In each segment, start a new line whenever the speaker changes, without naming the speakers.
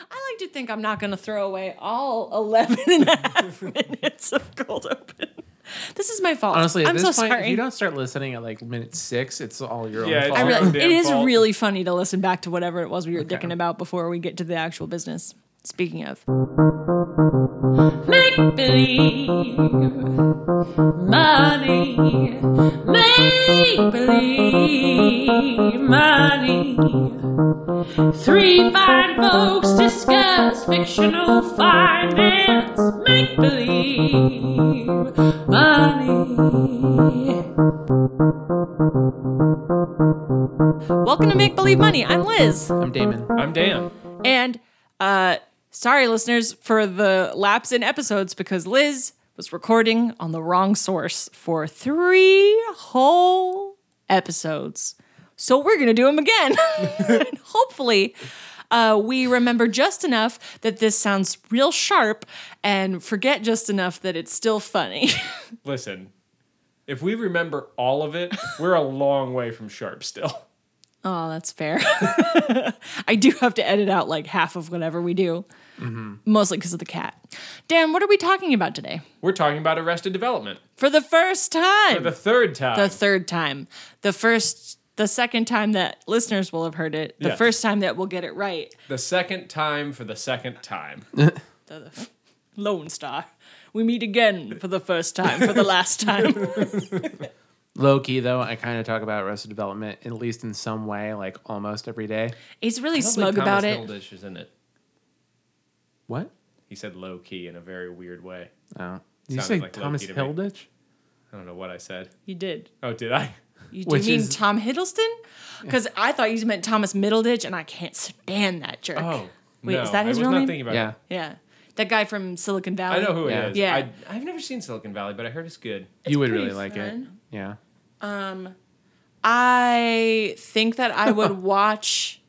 like to think I'm not going to throw away all 11 and a half minutes of cold open. This is my fault.
Honestly, at
I'm
this
so
point,
sorry.
if you don't start listening at like minute six, it's all your
Yeah,
own
it's
fault.
I
all your
really,
own
it
damn
is
fault.
really funny to listen back to whatever it was we were
Okay.
dicking about before we get to the actual business. Speaking of,
make believe money, make believe money. Three fine folks discuss fictional finance, make believe money.
welcome to Make Believe Money. I'm Liz,
I'm Damon.
I'm Dan.
and uh, sorry, listeners, for the lapse in episodes because Liz was recording on the wrong source for three whole episodes. So we're gonna do them again. And Hopefully. uh, we remember just enough that this sounds real sharp and forget just enough that it's still funny.
Listen, if we remember all of it, we're a long way from sharp still.
oh, that's fair. I do have to edit out like half of whatever we do, mostly because of the cat. Dan, what are we talking about today?
We're talking about Arrested Development
For the first time,
for the third time.
the third time, the first, the second time that listeners will have heard it, the
Yes.
first time that we'll get it right,
the second time for the second time.
Lone Star. We meet again for the first time, for the last time.
Low key though, I kind of talk about Arrested Development at least in some way, like almost every day.
He's really smug about it.
Hildish is in it.
What?
He said low key in a very weird way.
Oh, did you
Sounded
say
like low-key
Thomas
to me.
Hilditch?
I don't know what I said.
You did.
Oh, did I?
You do
Which
mean
is-
Tom Hiddleston? Because I thought you meant Thomas Middleditch, and I can't stand that jerk.
Oh,
Wait,
no,
is that his
I was
real
not
name?
Thinking about
Yeah.
It.
Yeah. That guy from Silicon Valley.
I know who
Yeah.
it is.
Yeah.
I, I've never seen Silicon Valley, but I heard it's good.
you would
pretty
really like it.
fun.
Yeah.
I think that I would watch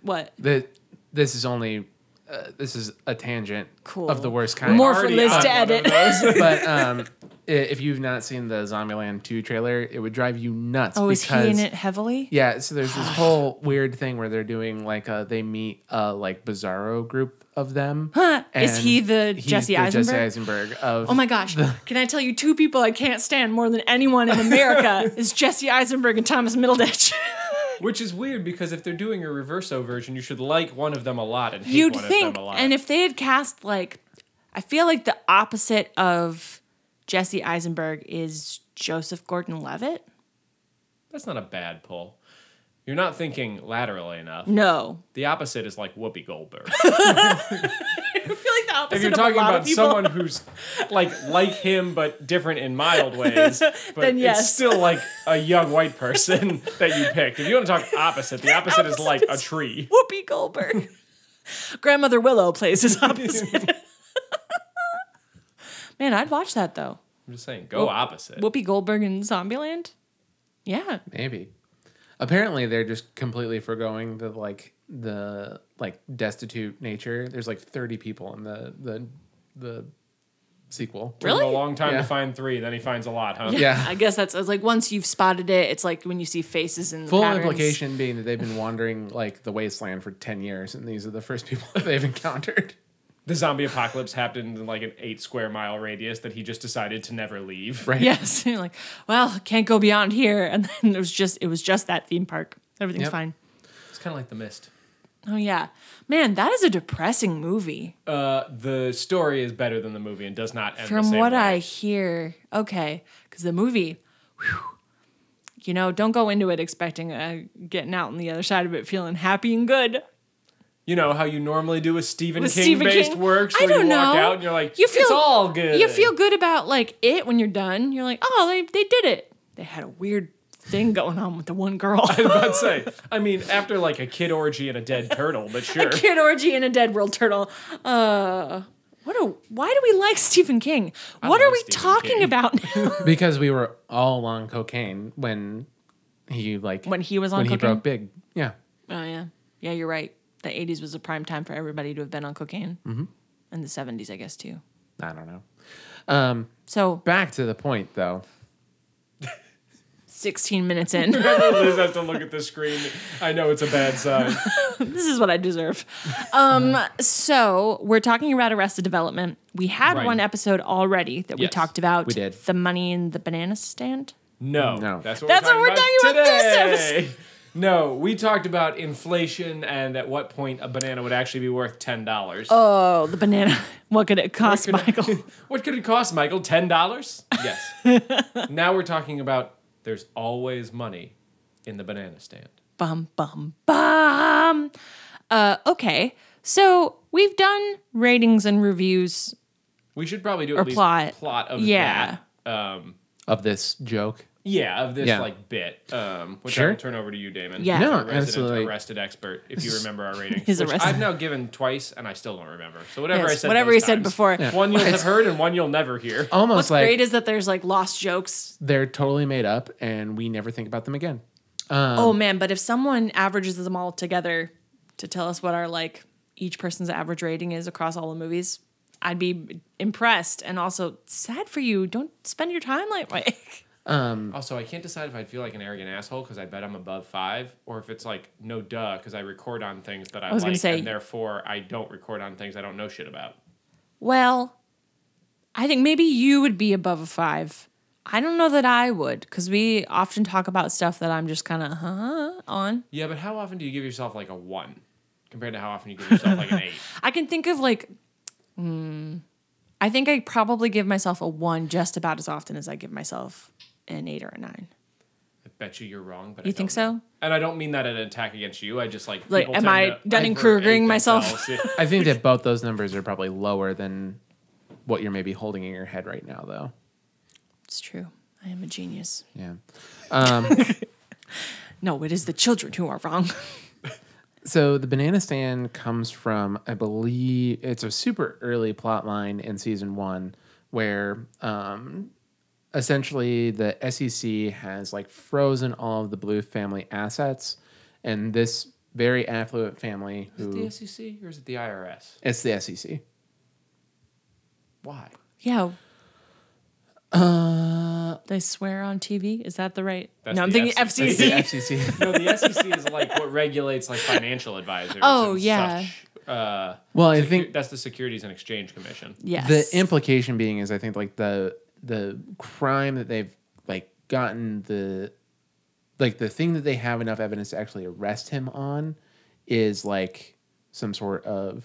what?
The, this is only uh, this is a tangent
Cool.
of the worst kind.
More for
Already
Liz
on
to
one of
edit.
those.
but um, i- if you've not seen the Zombieland 2 trailer, it would drive you nuts.
Oh, is he
because,
in it heavily?
Yeah, so there's this whole weird thing where they're doing like uh they meet a like bizarro group of them.
Huh, is he the
he's
Jesse
the
Eisenberg?
Eisenberg of
Oh my gosh. Can I tell you two people I can't stand more than anyone in America is Jesse Eisenberg and Thomas Middleditch.
Which is weird because if they're doing a reverso version, you should like one of them a lot and hate
You'd
one of
think
them a lot.
and if they had cast like I feel like the opposite of Jesse Eisenberg is Joseph Gordon-Levitt?
That's not a bad pull. You're not thinking laterally enough.
No.
The opposite is like Whoopi Goldberg.
I feel like the opposite
if you're
of a
talking
lot of
about
people.
someone who's like like him but different in mild ways, but
Then yes.
it's still like a young white person that you picked. If you want to talk opposite, the opposite, is
opposite
like a
is-
tree.
Whoopi Goldberg. Grandmother Willow plays his opposite. Man, I'd watch that though.
I'm just saying, go opposite.
Whoopi Goldberg in Zombieland. Yeah.
maybe. Apparently they're just completely foregoing the like the like destitute nature. There's like 30 people in the the the sequel.
Took him
Really?
a long time
Yeah.
to find three, then he finds a lot, huh?
Yeah.
I guess that's it's like once you've spotted it, it's like when you see faces in the
Full
patterns.
implication being that they've been wandering like the wasteland for 10 years and these are the first people that they've encountered.
The zombie apocalypse happened in like an eight square mile radius that he just decided to never leave.
Right.
Yes. You're like, well, can't go beyond here. And then it was just it was just that theme park. Everything's
Yep.
fine.
It's kind of like the mist.
Oh yeah. Man, that is a depressing movie.
Uh, the story is better than the movie and does not end the
From
same
what
way.
I hear, okay, because the movie, whew, you know, don't go into it expecting uh, getting out on the other side of it feeling happy and good.
you know how you normally do with Stephen
With
King
Stephen
based
King?
works.
I
where
don't
you walk
know.
out and you're like,
You feel-
it's all good.
You feel good about like it when you're done. You're like, oh, they they did it. They had a weird thing going on with the one girl.
I was about to say. I mean, after like a kid orgy and a dead turtle, but sure.
Kid orgy and a dead world turtle. Uh, what a why do we like Stephen King? What are
love
we
Stephen
talking
King.
about
Because we were all on cocaine when he like
when he was on
when he
cocaine?
broke big. Yeah.
Oh yeah, yeah, you're right. The '80s was a prime time for everybody to have been on cocaine, mm-hmm. and the '70s, I guess, too.
I don't know. Um,
So
back to the point though.
16 minutes in.
Whenever Liz has to look at the screen, I know it's a bad sign.
this is what I deserve. Um, so we're talking about Arrested Development. We had
Right.
one episode already that we
Yes,
talked about.
we did.
the money in the banana stand.
No,
No.
That's what
That's
we're talking,
what we're talking about this
today. No, we talked about inflation and at what point a banana would actually be worth ten dollars.
Oh, the banana! What could it cost, Michael?
What could it cost, Michael? Ten dollars? Yes. now we're talking about there's always money in the banana stand.
bum bum bum. Uh, okay, so we've done ratings and reviews.
We should probably do
Or
at least
plot.
plot of
Yeah.
that. Um,
of this joke.
yeah, of this
Yeah.
like bit. Um, which
Sure.
I will turn over to you, Damon.
Yeah. No,
Our resident
absolutely.
arrested expert. If you remember our rating,
He's
which
arrested.
I've now given twice, and I still don't remember. So whatever I
Yes,
said,
whatever
those
he said
times.
before.
Yeah. Oh.
one you'll have heard and one you'll never hear.
What's
Almost like
great is that there's like lost jokes.
they're totally made up, and we never think about them again.
oh
Um,
man, but if someone averages them all together to tell us what our like each person's average rating is across all the movies, I'd be impressed and also sad for you. Don't spend your time like way.
Also, I can't decide if I feel like an arrogant asshole because I bet I'm above five, or if it's like no duh because I record on things that I,
was gonna
like,
say-
and therefore I don't record on things I don't know shit about.
Well, I think maybe you would be above a five. I don't know that I would because we often talk about stuff that I'm just kind of huh on.
Yeah, but how often do you give yourself like a one compared to how often you give yourself like an eight?
I can think of like, hmm, I think I probably give myself a one just about as often as I give myself an eight or a nine.
I bet you you're wrong, but
You
I
think
don't
so?
know. And I don't mean that an attack against you. I just like
Like,
people
am
tend
I
to
Dunning-Krugering
overate
myself?
themselves. Yeah.
I think that both those numbers are probably lower than what you're maybe holding in your head right now, though.
It's true. I am a genius.
Yeah.
No, it is the children who are wrong.
So the banana stand comes from, I believe, it's a super early plot line in season one where um, essentially the SEC has like frozen all of the Blue family assets, and this very affluent family
Is it
who
the E SEC or is it the IRS?
it's the E SEC.
Why?
yeah. Uh, they swear on TV. Is that the right?
That's
no, I'm
the
thinking
FCC.
It's
FCC.
the E FCC.
No, the SEC is like what regulates like financial advisors.
Oh,
and
yeah.
Such, uh,
Well, I
secu-
think-
that's the Securities and Exchange Commission.
Yes.
The implication being is I think like the the crime that they've like gotten the like the thing that they have enough evidence to actually arrest him on is like some sort of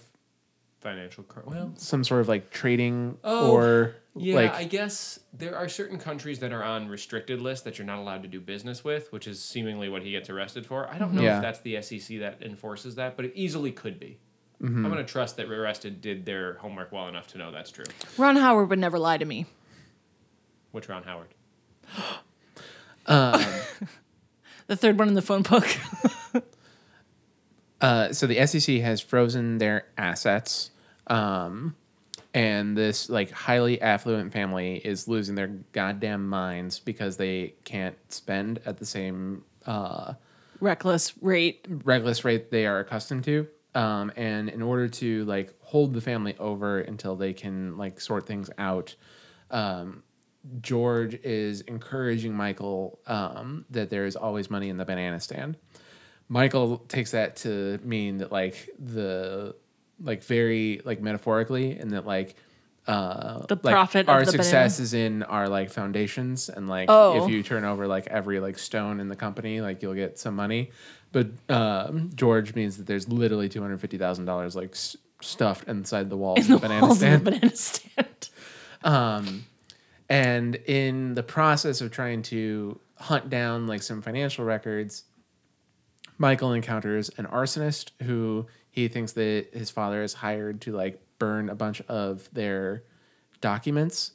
Financial crime. Well,
some sort of like trading
Oh,
or
yeah,
like
I guess there are certain countries that are on restricted lists that you're not allowed to do business with, which is seemingly what he gets arrested for. I don't know
Yeah.
if that's the SEC that enforces that, but it easily could be.
Mm-hmm.
I'm going to trust that arrested did their homework well enough to know that's true.
Ron Howard would never lie to me.
Which Ron Howard?
The third one in the phone book.
Uh, so the SEC has frozen their assets, um, and this like highly affluent family is losing their goddamn minds because they can't spend at the same uh,
Reckless rate.
reckless rate they are accustomed to. Um, and in order to like hold the family over until they can like sort things out, um, George is encouraging Michael um, that there is always money in the banana stand. Michael takes that to mean that like the like very like metaphorically, and that like uh,
The
like,
profit of
our
the
success is in our like foundations, and like
Oh.
if you turn over like every like stone in the company, like you'll get some money. But um, George means that there's literally two hundred fifty thousand dollars like s- stuffed inside the walls of the banana
Balls in the
stand.
banana stand.
and in the process of trying to hunt down like some financial records michael encounters an arsonist who he thinks that his father has hired to like burn a bunch of their documents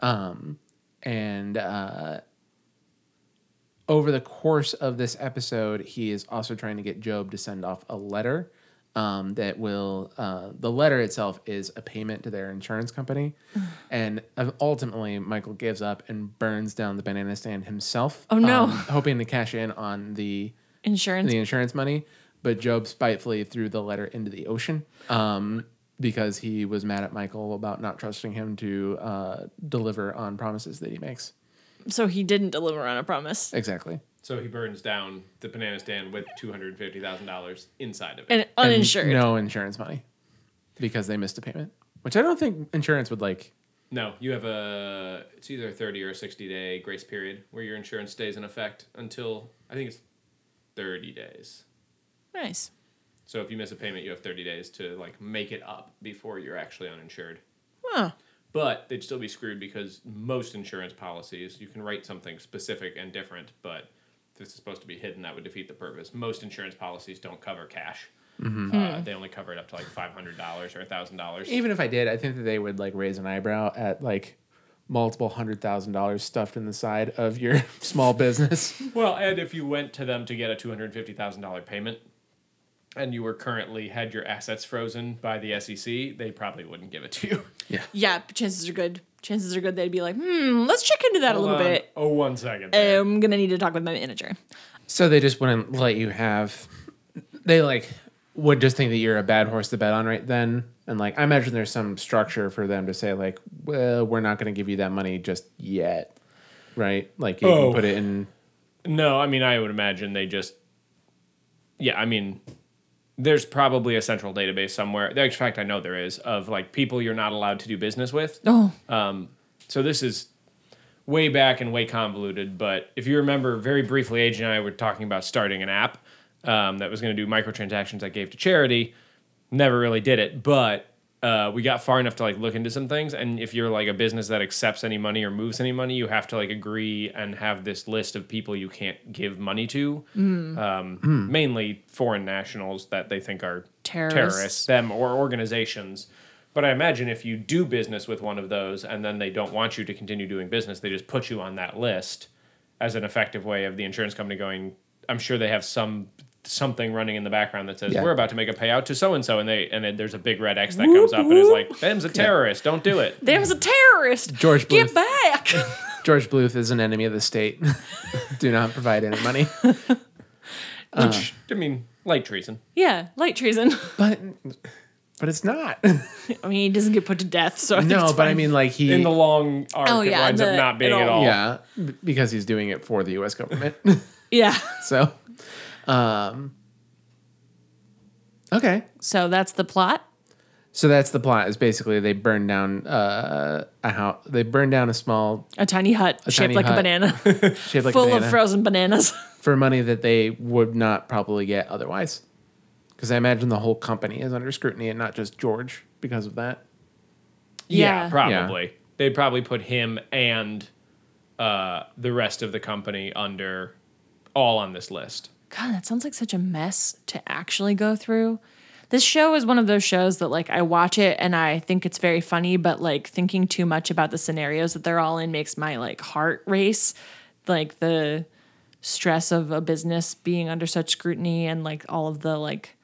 um, and uh, over the course of this episode he is also trying to get job to send off a letter um, that will uh, the letter itself is a payment to their insurance company and uh, ultimately michael gives up and burns down the banana stand himself
Oh, no.
um, hoping to cash in on the
Insurance.
the insurance money, but Job spitefully threw the letter into the ocean um, because he was mad at Michael about not trusting him to uh, deliver on promises that he makes.
So he didn't deliver on a promise.
Exactly.
So he burns down the banana stand with two hundred fifty thousand dollars inside of it.
And
And
uninsured.
No insurance money because they missed a payment, which I don't think insurance would like.
no, you have a it's either a thirty or a sixty day grace period where your insurance stays in effect until I think it's thirty days.
Nice.
So if you miss a payment, you have thirty days to like make it up before you're actually uninsured.
Huh.
But they'd still be screwed because most insurance policies, you can write something specific and different, but if it's supposed to be hidden, that would defeat the purpose. Most insurance policies don't cover cash.
Mm-hmm.
Uh, they only cover it up to like five hundred dollars or thousand dollars.
Even if I did, I think that they would like raise an eyebrow at like multiple hundred thousand dollars stuffed in the side of your small business.
Well, and if you went to them to get a two hundred fifty thousand dollar payment, and you were currently had your assets frozen by the SEC, they probably wouldn't give it to you.
Yeah, chances are good. Chances are good they'd be like, hmm, let's check into that a little bit.
Oh, one second. there.
I'm gonna need to talk with my manager.
So they just wouldn't let you have. They like would just think that you're a bad horse to bet on right then, and like I imagine there's some structure for them to say like, well, we're not going to give you that money just yet, right? Like you
Oh.
can put it in.
No, I mean, I would imagine they just. Yeah, I mean, there's probably a central database somewhere. In fact, I know there is of like people you're not allowed to do business with.
Oh,
So this is way back and way convoluted. But if you remember, very briefly, Age and I were talking about starting an app um, that was going to do microtransactions I gave to charity. Never really did it, but uh, we got far enough to like look into some things. And if you're like a business that accepts any money or moves any money, you have to like agree and have this list of people you can't give money to. Um, Mainly foreign nationals that they think are
Terrorists.
terrorists them or organizations. But I imagine if you do business with one of those and then they don't want you to continue doing business, they just put you on that list as an effective way of the insurance company going, I'm sure they have some something running in the background that says
Yeah.
we're about to make a payout to so and so and they and then there's a big red X that comes up and is like, them's a terrorist, don't do it.
them's a terrorist.
George
get
Bluth.
back.
George Bluth is an enemy of the state. Do not provide any money.
Which I mean, light treason.
yeah, light treason.
But but it's not.
I mean, he doesn't get put to death, so I think
no,
it's
but I
fine.
mean like he
In the long arc
Oh,
it
yeah,
winds
the-
up not being
it
at all.
all-
yeah, b- because he's doing it for the U.S. government.
yeah.
so, um, okay.
So that's the plot.
So that's the plot. Is basically they burn down uh, a house. They burn down a small
A tiny hut shaped
tiny
like
hut.
a banana,
shaped like
full
banana
of frozen bananas.
for money that they would not probably get otherwise. Because I imagine the whole company is under scrutiny and not just George because of that.
Yeah,
Yeah.
probably. They'd probably put him and uh, the rest of the company under all on this list.
God, that sounds like such a mess to actually go through. This show is one of those shows that like I watch it and I think it's very funny, but like thinking too much about the scenarios that they're all in makes my like heart race. Like the stress of a business being under such scrutiny and like all of the like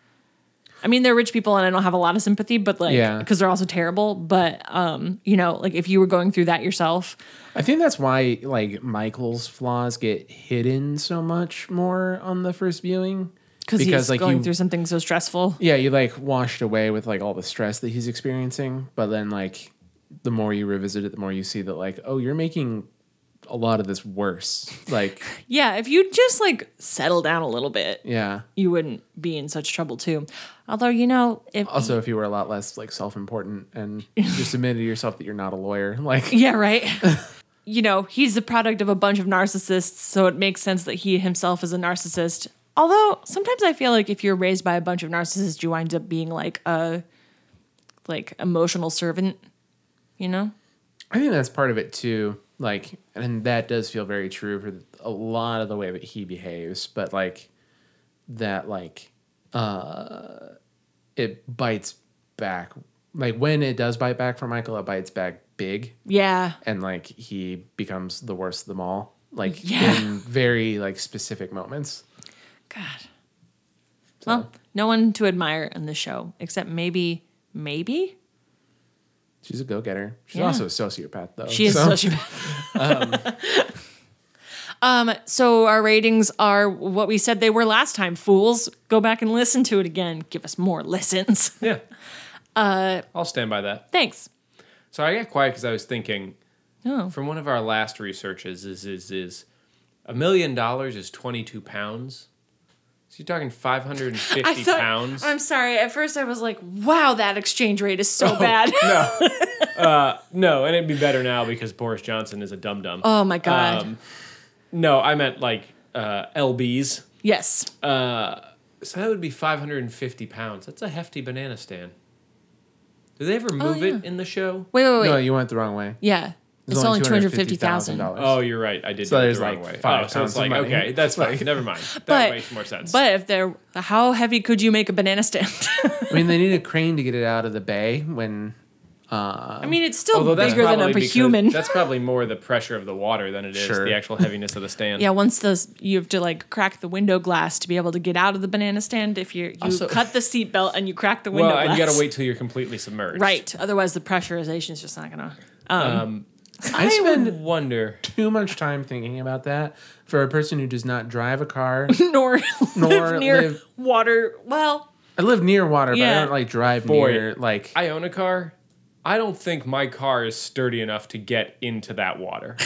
I mean they're rich people and I don't have a lot of sympathy, but like
Yeah.
because they're also terrible, but um you know, like if you were going through that yourself,
I think that's why like Michael's flaws get hidden so much more on the first viewing.
cuz he's going
you,
through something so stressful.
yeah, you like washed away with like all the stress that he's experiencing, but then like the more you revisit it, the more you see that like oh, you're making a lot of this worse. Like
Yeah, if you just like settle down a little bit.
yeah.
you wouldn't be in such trouble too. Although you know, if
Also, if you were a lot less like self-important and just admitted to yourself that you're not a lawyer, like
yeah, right. you know, he's the product of a bunch of narcissists, so it makes sense that he himself is a narcissist. Although sometimes I feel like if you're raised by a bunch of narcissists, you wind up being like a like emotional servant. You know,
I think that's part of it too. Like, and that does feel very true for a lot of the way that he behaves, but like that, like, uh, it bites back. Like, when it does bite back for Michael, it bites back big
yeah,
and like he becomes the worst of them all, like,
Yeah.
in very like specific moments.
God. Well, no one to admire in the show except maybe, maybe
She's a go getter. She's
Yeah.
also a sociopath, though.
She is
so-
such a bad. um, so our ratings are what we said they were last time. Fools, go back and listen to it again. Give us more listens. Uh,
Yeah. I'll stand by that.
Thanks.
So I got quiet because I was thinking,
Oh.
from one of our last researches is is is a million dollars is twenty two pounds. So you're talking five hundred and
I
fifty
thought,
pounds.
I'm sorry. At first, I was like, "Wow, that exchange rate is so bad."
no, and it'd be better now because Boris Johnson is a dum dum.
oh my god.
Um, no, I meant like uh, lbs.
yes.
Uh, So that would be 550 pounds. That's a hefty banana stand. Do they ever move
Oh, yeah.
it in the show?
Wait, wait, wait.
No, you went the wrong way.
yeah. It's, only two hundred fifty thousand.
$250,000.
Oh, you're right. I did.
So
do it
there's
the wrong
like
way.
five
oh, so
pounds
it's
of
like
money.
okay, that's fine. Never mind. That
But-
makes more sense.
But if they're how heavy could you make a banana stand?
Oh.
I mean, they need a crane to get it out of the bay when.
I mean, it's still bigger than a
probably because-
human.
That's probably more the pressure of the water than it is
Sure.
the actual heaviness of the stand.
Yeah, once those you have to like crack the window glass to be able to get out of the banana stand. If you you
Also-
cut the seatbelt and you crack the window
Well, and
glass,
you got to wait till you're completely submerged.
Right, otherwise the pressurization is just not gonna.
I spend
Wonder.
too much time thinking about that for a person who does not drive a car.
Nor, live
Nor
near
live-
water. Well,
I live near water, but
Yeah.
I don't like drive
Boy,
near like.
I own a car. I don't think my car is sturdy enough to get into that water.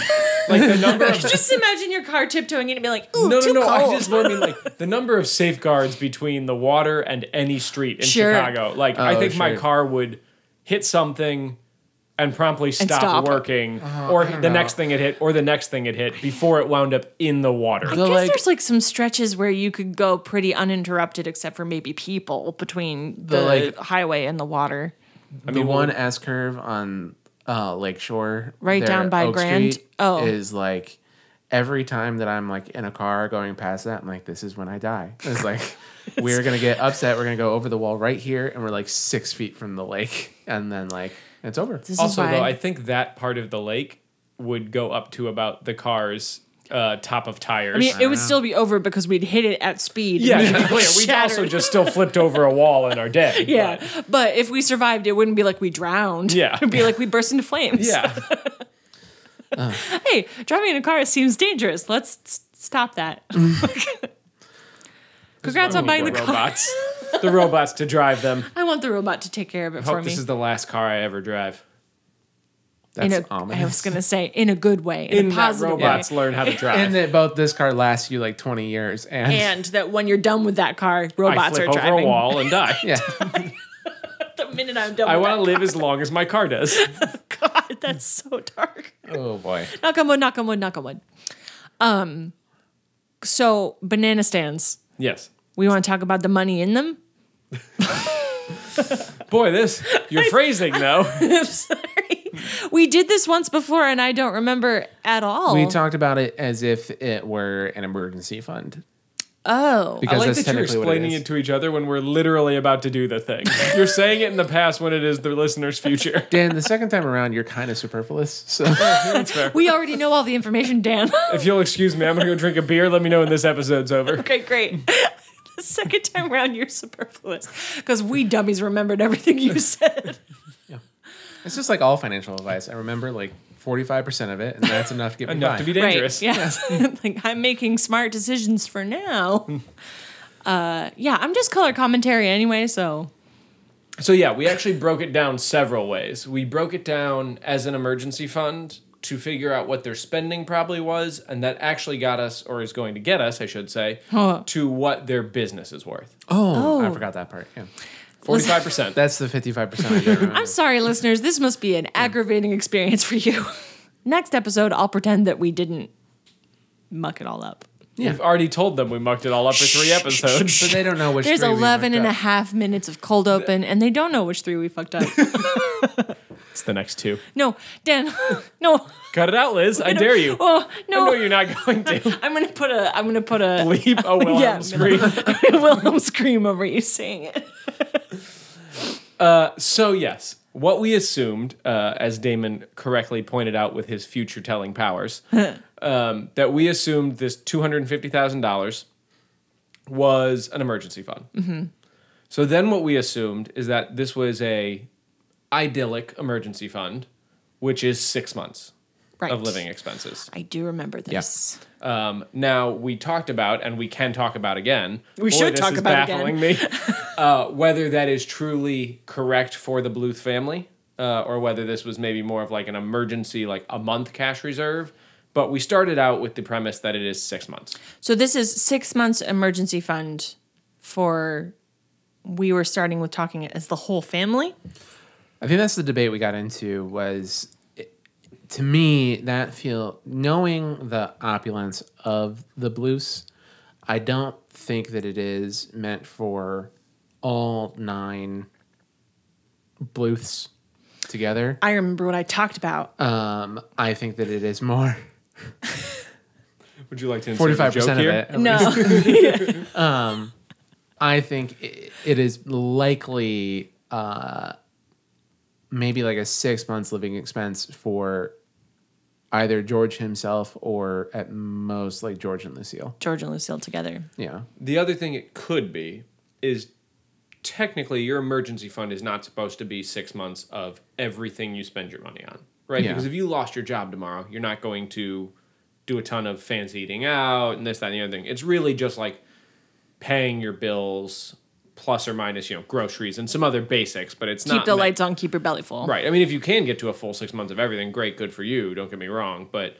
Like the number of
just imagine your car tiptoeing in and be like, "Ooh,
no, no,
too
no.
cold."
I just more mean like the number of safeguards between the water and any street in
Sure.
Chicago. Like I
Oh,
think my
sure.
car would hit something and promptly stop,
stop. Uh-huh.
working, or the
don't
next
know.
thing it hit, or the next thing it hit before it wound up in the water.
I
The,
guess
like-
there's like some stretches where you could go pretty uninterrupted, except for maybe people between the,
The, like-
highway and the water.
the one S curve on uh, Lakeshore,
Right
there
down
at
by
Oak
Grand?
Street,
Oh.
is like every time that I'm like in a car going past that, I'm like, this is when I die. It's like we're gonna get upset. We're gonna go over the wall right here, and we're like six feet from the lake, and then like it's over.
This
also,
is why
though, I think that part of the lake would go up to about the car's uh, top of tires.
I mean, it would still be over because we'd hit it at speed. and we'd
yeah, to be
be
clear, we also
shattered.
just still flipped over a wall and are dead.
Yeah,
but-
but, if we survived, it wouldn't be like we drowned.
Yeah.
it'd be like we burst into flames.
yeah.
Hey, driving in a car seems dangerous. Let's s- stop that. Congrats on
We
buying
need
the car.
robots. the robots to drive them.
I want the robot to take care of it
I hope
for me.
this is the last car I ever drive.
in
That's
a, I was
ominous.
gonna say in a good way, in,
In
a
that
positive way,
robots learn how to drive.
and that both this car lasts you like 20 years and,
and that when you're done with that car,
I
robots
flip
are
over
driving.
a wall and die.
yeah
The minute I'm done,
I
with
want to
that
live as long as my car does.
car, God, that's so dark.
oh boy
knock on wood, knock on wood, knock on wood. Um, so banana stands.
Yes.
We want to talk about the money in them.
Boy, this your phrasing though.
I'm sorry. We did this once before, and I don't remember at all.
we talked about it as if it were an emergency fund
oh,
I
because
like
that's
that you're
technically what it
explaining
is
it to each other when we're literally about to do the thing. You're saying it in the past when it is the listener's future.
dan the second time around you're kind of superfluous so
we already know all the information, Dan.
If you'll excuse me, I'm gonna go drink a beer. Let me know when this episode's over.
okay, great. the second time around, you're superfluous because we dummies remembered everything you said.
it's just like all financial advice i remember like 45% of it and that's enough to get me
Enough
by.
to be dangerous.
Right. Yeah. like I'm making smart decisions for now. Uh, yeah, I'm just color commentary anyway, so
So yeah, we actually broke it down several ways. We broke it down as an emergency fund to figure out what their spending probably was, and that actually got us, or is going to get us, I should say,
Huh.
to what their business is worth.
oh, i
Oh.
forgot that part yeah
Forty-five percent.
that's the 55% i didn't remember
I'm sorry, listeners. This must be an aggravating experience for you. Next episode, I'll pretend that we didn't muck it all up.
We've already told them we mucked it all up for three episodes.
but they don't know which
There's
three we
11 and
marked
a
up.
half minutes of cold open, and they don't know which three we fucked up.
It's the next two.
no, Dan, no.
Cut it out, Liz. I dare you.
Oh, no.
I know you're not going to.
I'm gonna put a. I'm gonna put a
Leap a Wilhelm
Yeah.
scream.
Wilhelm scream over you saying it.
So yes, what we assumed, uh, as Damon correctly pointed out with his future telling powers, um, that we assumed this two hundred and fifty thousand dollars was an emergency fund. So then, what we assumed is that this was a idyllic emergency fund, which is six months
Right.
of living expenses.
I do remember this.
Um, now we talked about, and we can talk about again.
We should
this
talk
is
about
baffling me. uh, whether that is truly correct for the Bluth family, um, uh, or whether this was maybe more of like an emergency, like a month cash reserve. But we started out with the premise that it is six months.
So this is six months emergency fund for. We were starting with talking it as the whole family.
I think that's the debate we got into was it- to me that feel knowing the opulence of the blues, I don't think that it is meant for all nine bluths together.
I remember what I talked about.
Oh,
Um, I think that it is more
Would you like to
forty
insert a
five
joke
percent of
here?
it.
no,
I think i it is likely uh, maybe like a six months living expense for either George himself or at most like George and Lucille.
George and Lucille together.
Yeah.
The other thing it could be is technically your emergency fund is not supposed to be six months of everything you spend your money on, right?
Yeah.
Because if you lost your job tomorrow, you're not going to do a ton of fancy eating out and this, that, and the other thing. It's really just like paying your bills plus or minus, you know, groceries and some other basics, but it's not
keep the
meant-
lights on, keep your belly full.
Right. I mean, if you can get to a full six months of everything, great, good for you. Don't get me wrong, but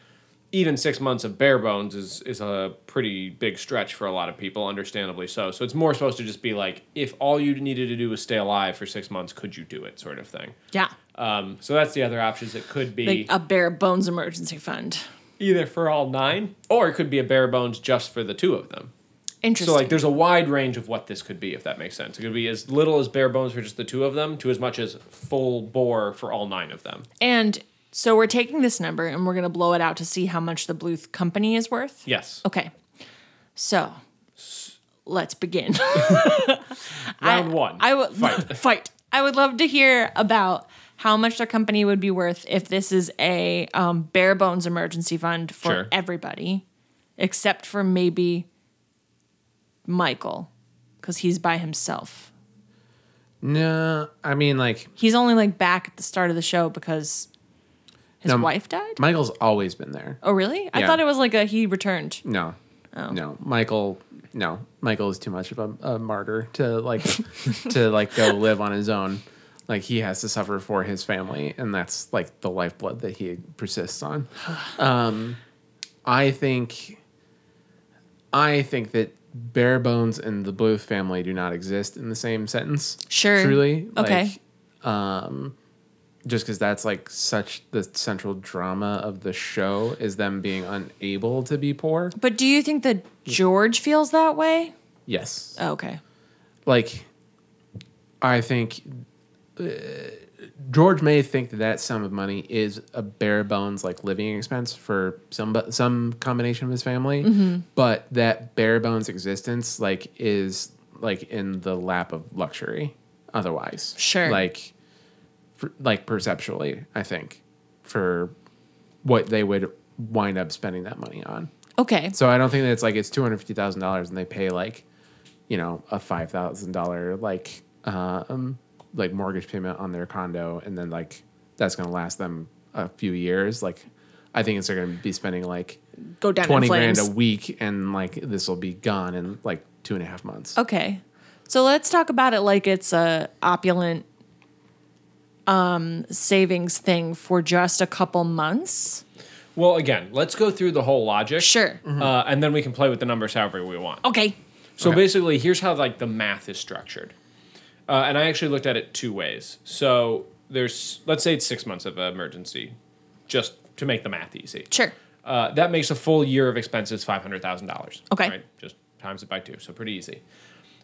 even six months of bare bones is is a pretty big stretch for a lot of people, understandably so. So it's more supposed to just be like, if all you needed to do was stay alive for six months, could you do it, sort of thing.
Yeah.
Um, so that's the other options. It could be
Like uh a bare bones emergency fund.
either for all nine, or it could be a bare bones just for the two of them.
Interesting.
So like, there's a wide range of what this could be, if that makes sense. It could be as little as bare bones for just the two of them, to as much as full bore for all nine of them.
and so we're taking this number and we're going to blow it out to see how much the Bluth company is worth.
Yes.
Okay. So let's begin.
Round one.
I would fight. I would love to hear about how much their company would be worth if this is a um, bare bones emergency fund for
Sure.
everybody, except for maybe Michael, because he's by himself.
No, I mean like
He's only like back at the start of the show because his
No,
wife died.
Michael's always been there.
Oh, really? I
Yeah.
thought it was like a he returned.
No.
Oh.
No. Michael no. Michael is too much of a, a martyr to like to like go live on his own. Like he has to suffer for his family and that's like the lifeblood that he persists on. Um I think I think that bare bones and the Bluth family do not exist in the same sentence.
Sure.
Truly.
Okay.
Like, um, just because that's like such the central drama of the show is them being unable to be poor.
But do you think that George feels that way?
Yes.
Oh, okay.
like I think uh, George may think that that sum of money is a bare bones like living expense for some some combination of his family, but that bare bones existence like is like in the lap of luxury. Otherwise,
Sure.
like for, like perceptually, I think for what they would wind up spending that money on.
Okay.
So I don't think that it's like it's two hundred fifty thousand dollars, and they pay like, you know, a five thousand dollar like um like mortgage payment on their condo, and then like that's gonna last them a few years. Like, I think it's they're gonna be spending like
Go down
twenty
in flames.
grand a week, and like this will be gone in like two and a half months.
Okay. So let's talk about it like it's a opulent um savings thing for just a couple months.
Well, again, let's go through the whole logic.
Sure.
Uh, and then we can play with the numbers however we want.
Okay.
So basically, here's how like the math is structured. Uh, and I actually looked at it two ways. So there's, let's say it's six months of emergency, just to make the math easy.
Sure.
Uh, that makes a full year of expenses five hundred thousand dollars.
Okay.
Just times it by two, so pretty easy.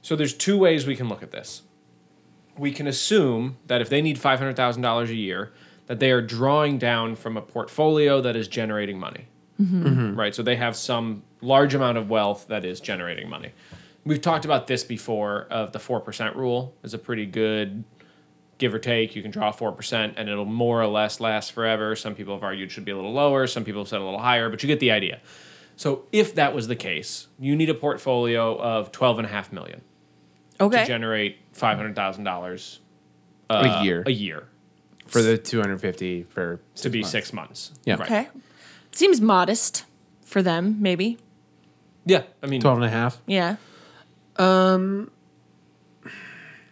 So there's two ways we can look at this. We can assume that if they need five hundred thousand dollars a year, that they are drawing down from a portfolio that is generating money. Right. So they have some large amount of wealth that is generating money. We've talked about this before. Of the four percent rule is a pretty good give or take, you can draw 4%, and it'll more or less last forever. Some people have argued it should be a little lower, some people have said a little higher, but you get the idea. So, if that was the case, you need a portfolio of 12.5 million
Okay.
to generate $500,000
a year
uh, a year
for the two hundred fifty for
to be
months.
six months.
Yeah.
okay. Seems modest for them, maybe.
Yeah. I mean,
Twelve and a half.
Yeah.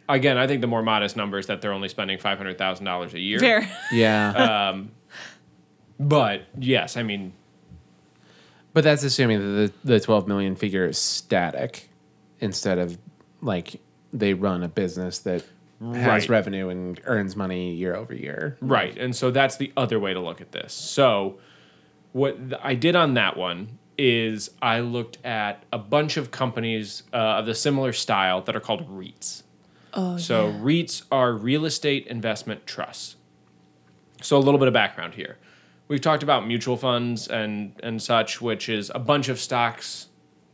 again, I think the more modest number is that they're only spending five hundred thousand dollars a year.
Fair.
Yeah.
Uh, But yes, I mean,
But that's assuming that the, the 12 million figure is static instead of like they run a business that
Right.
has revenue and earns money year over year.
Right. And so that's the other way to look at this. So what th- I did on that one is I looked at a bunch of companies uh, of the similar style that are called REITs. Oh, so REITs are real estate investment trusts. So a little bit of background here. We've talked about mutual funds and and such, which is a bunch of stocks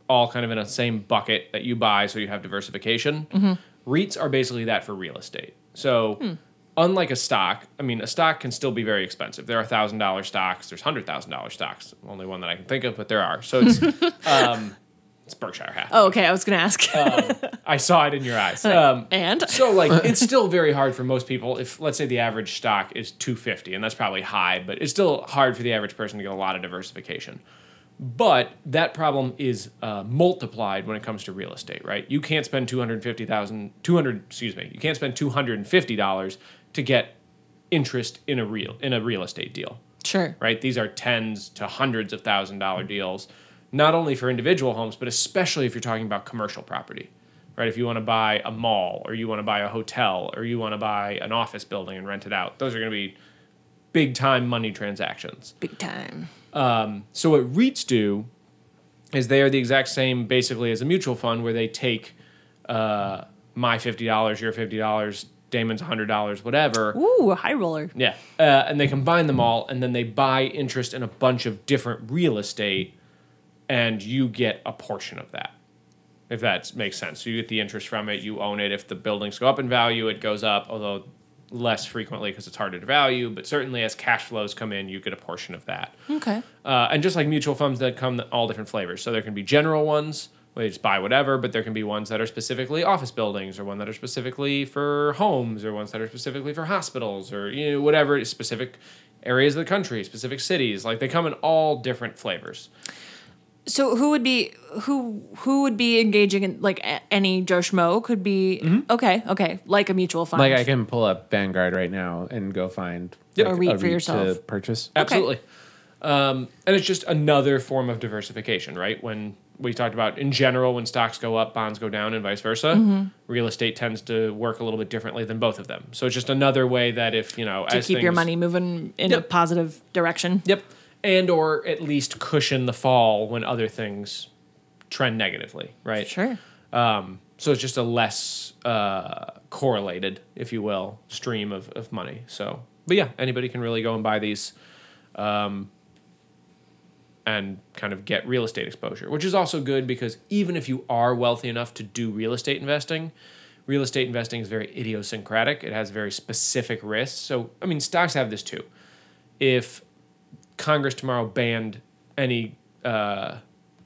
all kind of in a same bucket that you buy so you have diversification. REITs are basically that for real estate. So unlike a stock, I mean a stock can still be very expensive. There are thousand dollar stocks, there's hundred thousand dollar stocks. Only one that I can think of, but there are. So it's um, it's Berkshire Hathaway.
Oh, okay. I was going to ask.
Um,
I saw it in your eyes. Um,
and
so like it's still very hard for most people if let's say the average stock is 250 and that's probably high, but it's still hard for the average person to get a lot of diversification. But that problem is uh, multiplied when it comes to real estate, right? You can't spend 250,000 200 excuse me. You can't spend $250 to get interest in a real in a real estate deal
sure.
right? These are tens to hundreds of thousand dollar deals, not only for individual homes, but especially if you're talking about commercial property, right? If you want to buy a mall or you want to buy a hotel or you want to buy an office building and rent it out, those are going to be big time money transactions.
Big time.
So what REITs do is they are the exact same basically as a mutual fund where they take uh, my $50, your $50, Damon's $100, whatever.
Ooh, a high roller.
Yeah. Uh, and they combine them all, and then they buy interest in a bunch of different real estate, and you get a portion of that, if that makes sense. So you get the interest from it, you own it. If the buildings go up in value, it goes up, although less frequently because it's harder to value, but certainly as cash flows come in, you get a portion of that.
Okay.
Uh, and just like mutual funds, that come in all different flavors. So there can be general ones where you just buy whatever, but there can be ones that are specifically office buildings, or one that are specifically for homes, or ones that are specifically for hospitals, or you know whatever specific areas of the country, specific cities. Like they come in all different flavors.
So who would be who who would be engaging in like a- any Joe Schmo could be
Mm-hmm.
okay okay like a mutual fund
Like I can pull up Vanguard right now and go find
Yep.
like,
A REIT for
to
yourself.
purchase.
Absolutely. Um, and it's just another form of diversification, right? When we talked about in general, when stocks go up, bonds go down, and vice versa,
Mm-hmm.
real estate tends to work a little bit differently than both of them. So it's just another way that if, you know,
to
as
keep your
things-
money moving in a
Yep.
positive direction.
Yep. And or at least cushion the fall when other things trend negatively, right?
Sure.
Um, so it's just a less uh, correlated, if you will, stream of, of money. So, but yeah, anybody can really go and buy these um, and kind of get real estate exposure, which is also good because even if you are wealthy enough to do real estate investing, real estate investing is very idiosyncratic. It has very specific risks. So, I mean, stocks have this too. If Congress tomorrow banned any uh,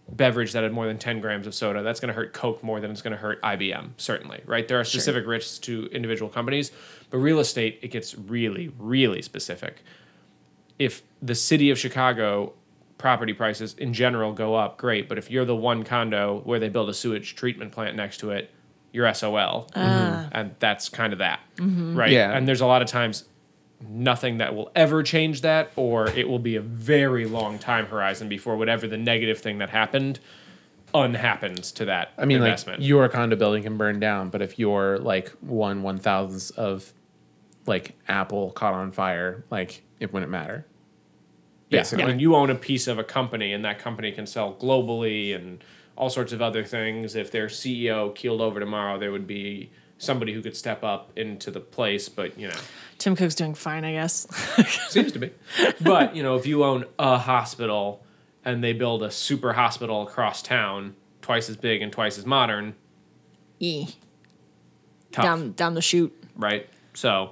beverage that had more than 10 grams of soda, that's going to hurt Coke more than it's going to hurt IBM, certainly, right? There are specific risks to individual companies, but real estate, it gets really, really specific. If the city of Chicago property prices in general go up, great, but if you're the one condo where they build a sewage treatment plant next to it, you're SOL. And that's kind of that, right?
Yeah.
And there's a lot of times nothing that will ever change that, or it will be a very long time horizon before whatever the negative thing that happened unhappens to that
I mean,
investment.
like your condo building can burn down, but if your like one one thousandths of like Apple caught on fire, like it wouldn't matter.
yeah.
basically.
When you own a piece of a company and that company can sell globally and all sorts of other things, if their CEO keeled over tomorrow, there would be somebody who could step up into the place, but you know.
Tim Cook's doing fine, I guess.
Seems to be. But you know, if you own a hospital and they build a super hospital across town, twice as big and twice as modern,
Eh.
tough,
down down the chute.
right? So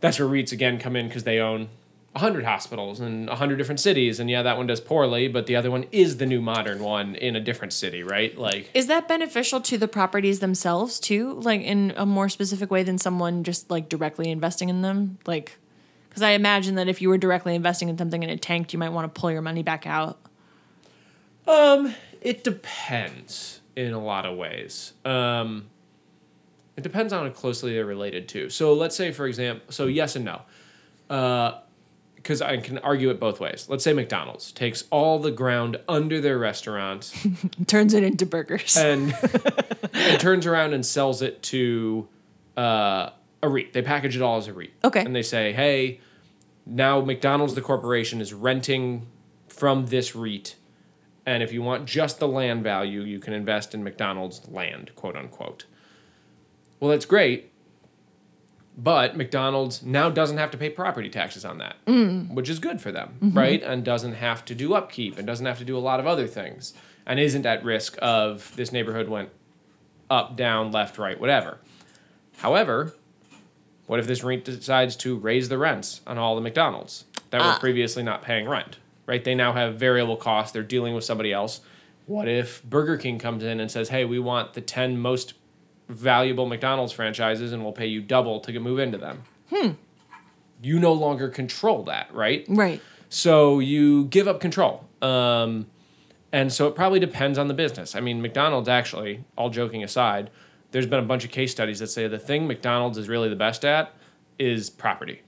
that's where REITs again come in because they own hundred hospitals and hundred different cities, and yeah, that one does poorly, but the other one is the new modern one in a different city, right? Like
Is that beneficial to the properties themselves too? Like in a more specific way than someone just like directly investing in them? Like, because I imagine that if you were directly investing in something and it tanked, you might want to pull your money back out.
It depends in a lot of ways. Um, It depends on how closely they're related to. So let's say, for example, so yes and no, because I can argue it both ways. Let's say McDonald's takes all the ground under their restaurant
turns it into burgers.
and and turns around and sells it to uh, a REIT. They package it all as a REIT.
Okay.
And they say, hey, now McDonald's the corporation is renting from this REIT, and if you want just the land value, you can invest in McDonald's land, quote unquote. Well, that's great. But McDonald's now doesn't have to pay property taxes on that, which is good for them, right? And doesn't have to do upkeep and doesn't have to do a lot of other things and isn't at risk of this neighborhood went up, down, left, right, whatever. However, what if this REIT decides to raise the rents on all the McDonald's that were previously not paying rent? Right? They now have variable costs. They're dealing with somebody else. What if Burger King comes in and says, "Hey, we want the ten most valuable McDonald's franchises, and we'll pay you double to get- move into them"? Hmm. You no longer control that, right?
right.
So you give up control. Um, and so it probably depends on the business. I mean, McDonald's actually, all joking aside, there's been a bunch of case studies that say the thing McDonald's is really the best at is property.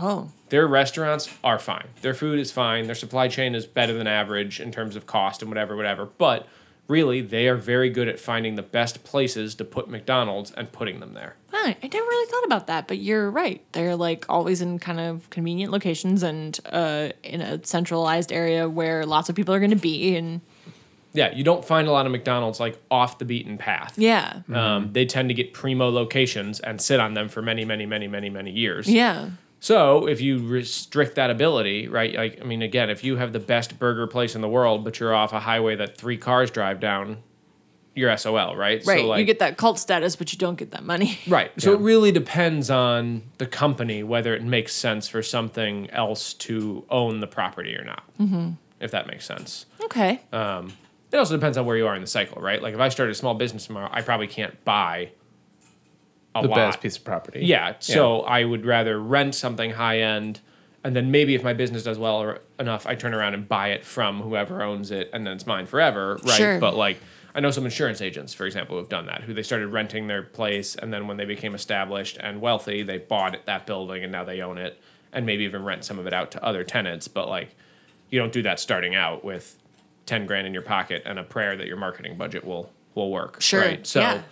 Oh.
Their restaurants are fine. Their food is fine. Their supply chain is better than average in terms of cost and whatever, whatever. But really, they are very good at finding the best places to put McDonald's and putting them there.
Huh, I never really thought about that, but you're right. They're like always in kind of convenient locations and uh, in a centralized area where lots of people are going to be. And
Yeah, you don't find a lot of McDonald's like off the beaten path.
yeah,
Um, they tend to get primo locations and sit on them for many, many, many, many, many years.
yeah,
So if you restrict that ability, right? Like, I mean, again, if you have the best burger place in the world, but you're off a highway that three cars drive down, you're SOL, right?
right.
So like,
you get that cult status, but you don't get that money.
right. So it really depends on the company whether it makes sense for something else to own the property or not. Mm-hmm. If that makes sense.
Okay.
Uh, It also depends on where you are in the cycle, right? Like, if I started a small business tomorrow, I probably can't buy a
the
lot.
best piece of property.
Yeah. So I would rather rent something high end, and then maybe if my business does well or enough, I turn around and buy it from whoever owns it, and then it's mine forever, right?
Sure.
But like, I know some insurance agents, for example, who have done that, who they started renting their place, and then when they became established and wealthy, they bought it, that building, and now they own it, and maybe even rent some of it out to other tenants. But like, you don't do that starting out with ten grand in your pocket and a prayer that your marketing budget will will work.
Sure,
Right? So.
yeah.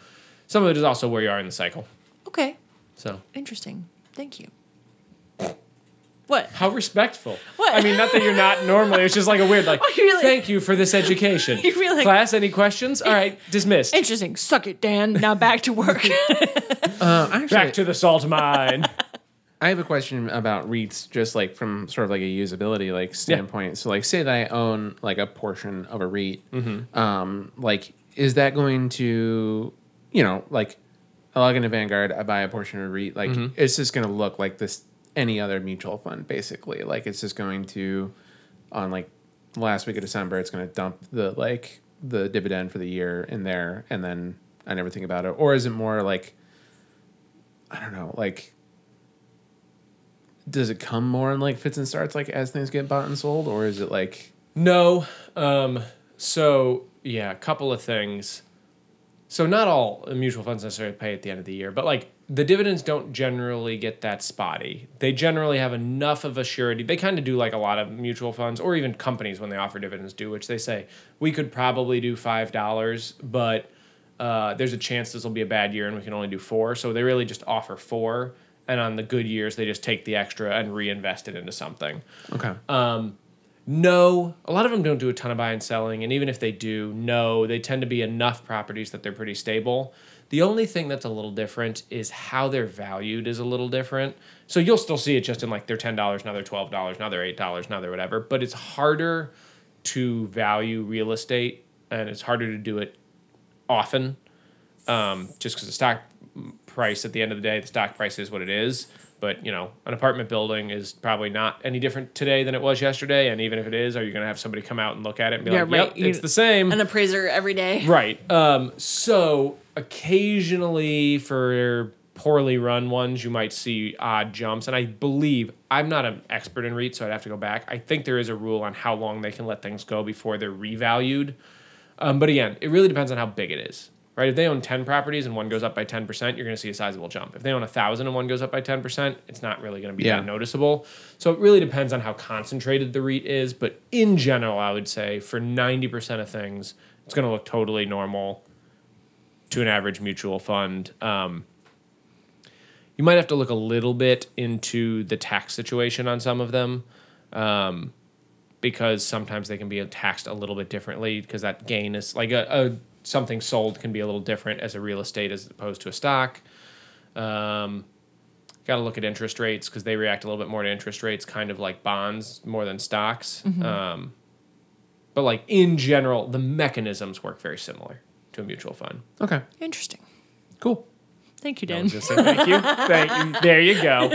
Some of it is also where you are in the cycle.
okay.
So
Interesting. Thank you. What?
How respectful.
What?
I mean, not that you're not normally. It's just like a weird, like,
Oh, you're like-
thank you for this education.
You're really like-
Class, any questions? All right, dismissed.
Interesting. Suck it, Dan. Now back to work.
Uh, actually,
Back to the salt mine.
I have a question about REITs, just like from sort of like a usability like standpoint. So, like, say that I own like a portion of a REIT, um, like, is that going to, you know, like, I log into Vanguard, I buy a portion of a REIT, like, it's just going to look like this any other mutual fund, basically. Like, it's just going to, on like the last week of December, it's going to dump the like the dividend for the year in there, and then I never think about it. Or is it more like, I don't know, like does it come more in like fits and starts like as things get bought and sold or is it like
no. Um, so, yeah, a couple of things. So, not all mutual funds necessarily pay at the end of the year, but like the dividends don't generally get that spotty. They generally have enough of a surety. They kind of do like a lot of mutual funds or even companies when they offer dividends do, which they say, we could probably do $5, but uh, there's a chance this will be a bad year and we can only do four. So they really just offer four. And on the good years, they just take the extra and reinvest it into something.
okay
No, a lot of them don't do a ton of buy and selling, and even if they do, no, they tend to be enough properties that they're pretty stable. The only thing that's a little different is how they're valued is a little different. So you'll still see it just in like they're ten dollars, now they're twelve dollars, now they're eight dollars, now they're whatever. But it's harder to value real estate, and it's harder to do it often, um, just because the stock price at the end of the day, the stock price is what it is. But you know, an apartment building is probably not any different today than it was yesterday. And even if it is, are you going to have somebody come out and look at it and be
Yeah,
like,
right.
"Yep,
You-
it's the same"?
An appraiser every day.
Right. Um, so occasionally for poorly run ones, you might see odd jumps. And I believe I'm not an expert in REIT, so I'd have to go back. I think there is a rule on how long they can let things go before they're revalued. Um, but again, it really depends on how big it is. right? If they own 10 properties and one goes up by 10%, you're going to see a sizable jump. If they own 1,000 and one goes up by 10%, it's not really going to be
Yeah.
that noticeable. So it really depends on how concentrated the REIT is. But in general, I would say for 90% of things, it's going to look totally normal to an average mutual fund. Um, you might have to look a little bit into the tax situation on some of them um, because sometimes they can be taxed a little bit differently because that gain is like a, a something sold can be a little different as a real estate as opposed to a stock. Um, Got to look at interest rates because they react a little bit more to interest rates, kind of like bonds more than stocks. Um, but like in general, the mechanisms work very similar to a mutual fund.
Okay.
Interesting.
Cool.
Thank you,
I
Dan.
was just saying thank you, thank you. There you go.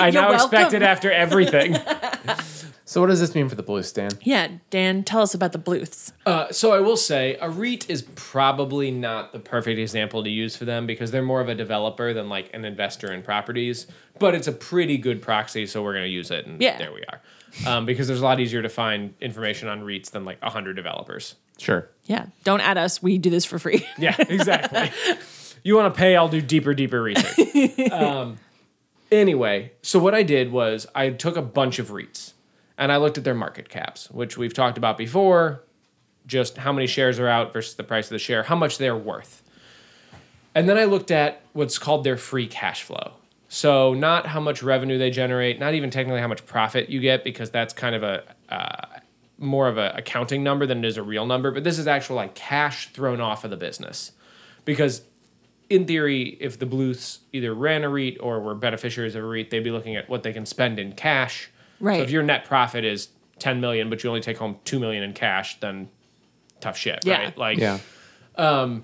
I now expect
welcome.
it after everything.
So what does this mean for the blue stand?
yeah, Dan, tell us about the Bluths.
Uh, so I will say a REIT is probably not the perfect example to use for them because they're more of a developer than like an investor in properties, but it's a pretty good proxy, so we're going to use it. And
Yeah.
there we are. Um, because there's a lot easier to find information on REITs than like 100 developers.
Sure.
Yeah, don't add us. We do this for free.
Yeah, exactly. you want to pay, I'll do deeper, deeper research. um, anyway, so what I did was I took a bunch of REITs and I looked at their market caps, which we've talked about before, just how many shares are out versus the price of the share, how much they're worth. And then I looked at what's called their free cash flow. So, not how much revenue they generate, not even technically how much profit you get, because that's kind of a uh, more of a accounting number than it is a real number. But this is actual like cash thrown off of the business, because in theory, if the Bluths either ran a REIT or were beneficiaries of a REIT, they'd be looking at what they can spend in cash.
Right.
So if your net profit is ten million, but you only take home two million in cash, then tough shit,
Yeah.
right? Like,
Yeah.
so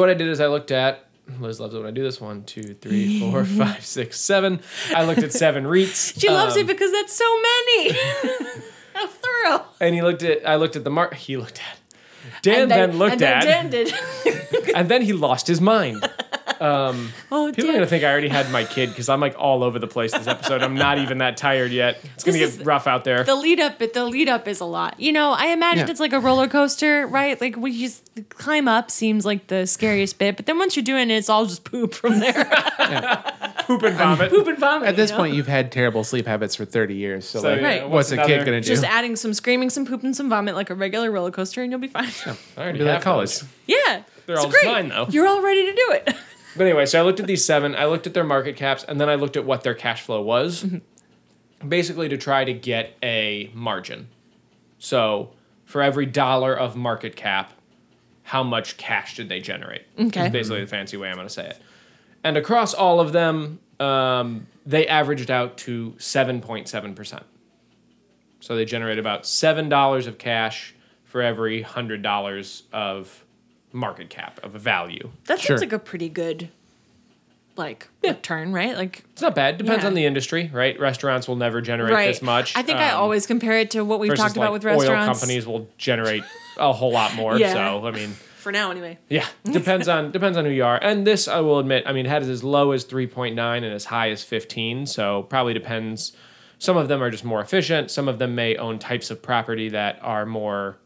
what I did is I looked at Liz loves it when I do this. One, two, three, four, five, six, seven. I looked at seven REITs.
She loves
um,
it because that's so many. How thorough.
And he looked at I looked at the mark he looked at. Dan then,
and
looked
then
at
Dan did.
and then he lost his mind.
oh,
People are gonna
Dan.
think I already had my kid because I'm like all over the place this episode. I'm not even that tired yet. It's gonna
This
get
is-
rough out there.
The lead up, but the lead up is a lot. You know, I imagined
Yeah.
it's like a roller coaster, right? Like we just the climb up seems like the scariest bit, but then once you're doing it, it's all just poop from there,
poop and vomit.
poop and vomit.
At this
you know?
point, you've had terrible sleep habits for 30 years. So,
So,
like,
Right.
what's, a kid
another-
going to do?
just adding some screaming, some poop, and some vomit like a regular roller coaster, and you'll be fine. Yeah,
I already
Be like
have
college.
those. They're
it's
all
great.
mine, though.
You're all ready to do it.
But anyway, so I looked at these seven. I looked at their market caps, and then I looked at what their cash flow was, basically to try to get a margin. So for every dollar of market cap, how much cash did they generate?
Okay.
Is basically the fancy way I'm going to say it. And across all of them, um, they averaged out to 7.7%. So they generate about $7 of cash for every $100 of market cap, of a value.
That
Sure.
sounds like a pretty good, like return, right? Like
It's not bad. Depends
Yeah.
on the industry, right? Restaurants will never generate
right.
this much.
I think I
um,
always compare it to what we've
versus,
talked about with
like,
restaurants.
Oil companies will generate a whole lot more.
Yeah.
So I mean,
For now, anyway.
yeah, depends on depends on who you are. And this, I will admit, I mean, had as low as three point nine and as high as fifteen. So probably depends. Some of them are just more efficient. Some of them may own types of property that are more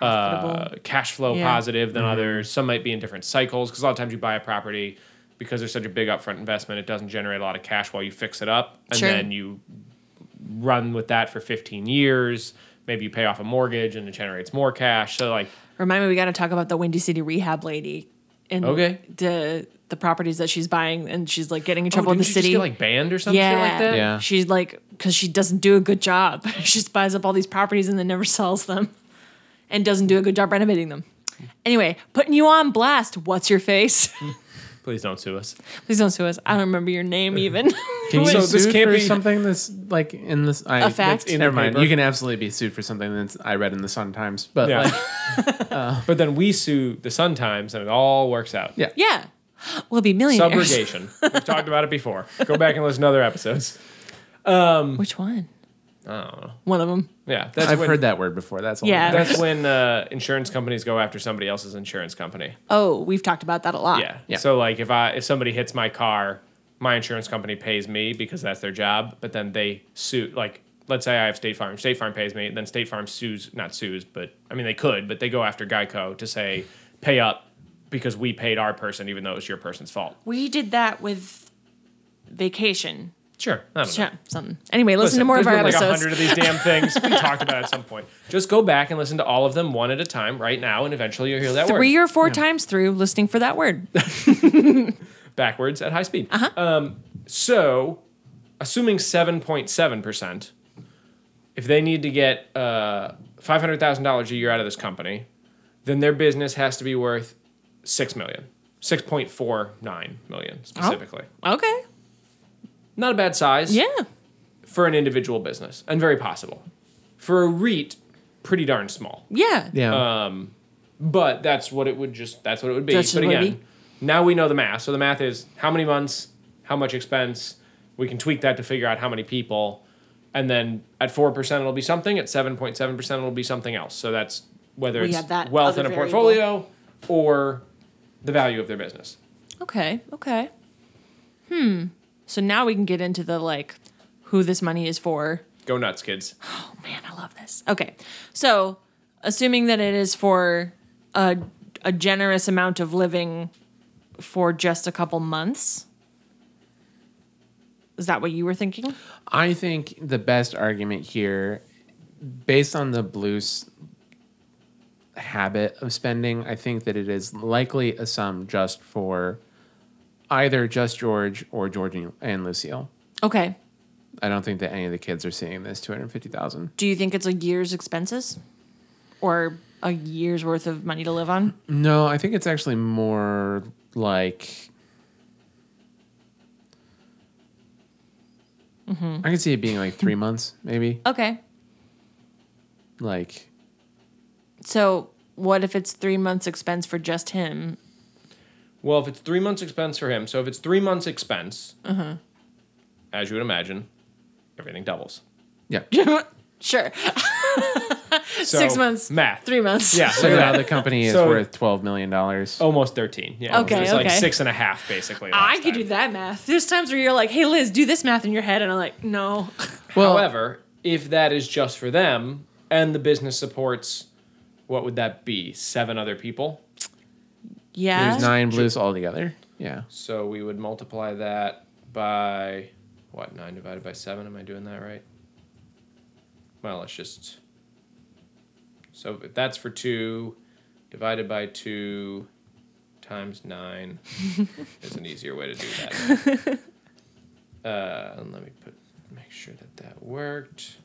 uh,
Profitable.
cash flow
Yeah.
positive than others. Some might be in different cycles because a lot of times you buy a property because there's such a big upfront investment, it doesn't generate a lot of cash while you fix it up, and
Sure.
then you run with that for 15 years. Maybe you pay off a mortgage and it generates more cash. So like,
Remind me, we got to talk about the Windy City rehab lady and
Okay.
the the properties that she's buying, and she's like getting in trouble
oh,
in the
didn't she just
city.
get, like banned or something
yeah,
like that.
Yeah.
She's like because she doesn't do a good job. she just buys up all these properties and then never sells them, and doesn't do a good job renovating them. Anyway, putting you on blast. What's your face?
Please don't sue us.
Please don't sue us. I don't remember your name even.
Can you
So
sue
this can't
for
be-
something that's like in this? I,
A fact?
that's- Never
the
mind.
paper.
You can absolutely be sued for something that's I read in the Sun Times, but
Yeah.
like,
uh, but then we sue the Sun Times and it all works out.
Yeah.
yeah, we'll be millionaires.
Subrogation. We've talked about it before. Go back and listen to other episodes.
Which one?
I don't know.
One of them.
Yeah, that's
I've
when,
heard that word before. That's all.
Yeah.
That's when uh, insurance companies go after somebody else's insurance company.
Oh, we've talked about that a lot.
Yeah.
Yeah.
So like if I if somebody hits my car, my insurance company pays me because that's their job, but then they sue like let's say I have State Farm, State Farm pays me, then State Farm sues not sues, but I mean they could, but they go after Geico to say pay up because we paid our person, even though it was your person's fault.
We did that with vacation.
Sure. I don't know.
Sure, Something. Anyway, listen, to more of
there's
our
been like
episodes.
hundred of these damn things we talked about at some point. Just go back and listen to all of them one at a time right now, and eventually you'll hear that word
Three or four times through listening for that word.
backwards at high speed. Uh-huh. Um, so, assuming seven point seven percent, if they need to get uh, five hundred thousand dollars a year out of this company, then their business has to be worth six million. 6.49 million specifically.
Okay.
Not a bad size.
Yeah.
for an individual business and very possible. For a REIT, pretty darn small.
Yeah.
Yeah.
But that's what it would just that's what it would be.
That's just
but
what it'd
again, now we know the math. So the math is how many months, how much expense, we can tweak that to figure out how many people. And then at four percent it'll be something, at seven point seven percent it'll be something else. So that's whether
We
it's
had that
wealth in
other
a
variable.
portfolio or the value of their business.
Okay. Okay. Hmm. So now we can get into the like who this money is for. Oh,
Go nuts, kids.
Man, I love this. Okay. So, assuming that it is for a, a generous amount of living for just a couple months, is that what you were thinking?
I think the best argument here, based on the Blues habit of spending, I think that it is likely a sum just for either just George or George and- and Lucille.
Okay.
I don't think that any of the kids are seeing this 250,000.
Do you think it's a year's expenses or a year's worth of money to live on?
No, I think it's actually more like I can see it being like 3 months maybe.
Okay.
Like
So, what if it's three months' expense for just him?
Well, if it's three months' expense for him, so if it's three months' expense,
Uh-huh.
as you would imagine, everything doubles.
yeah.
Sure.
So,
Six months.
Math.
Three months.
Yeah.
So now the company is
So-
worth 12 million dollars.
Almost 13. Yeah.
Okay,
It's like
okay.
six and a half, basically. last
I could do
time.
that math. There's times where you're like, hey, Liz, do this math in your head. And I'm like, no.
Well,
However, if that is just for them and the business supports, what would that be? Seven other people?
Yeah.
there's nine blues altogether. Yeah.
So we would multiply that by what? Nine divided by seven? Am I doing that right? Well, let's just. So if that's for two, divided by two times nine is an easier way to do that. Uh, and let me put make sure that that worked.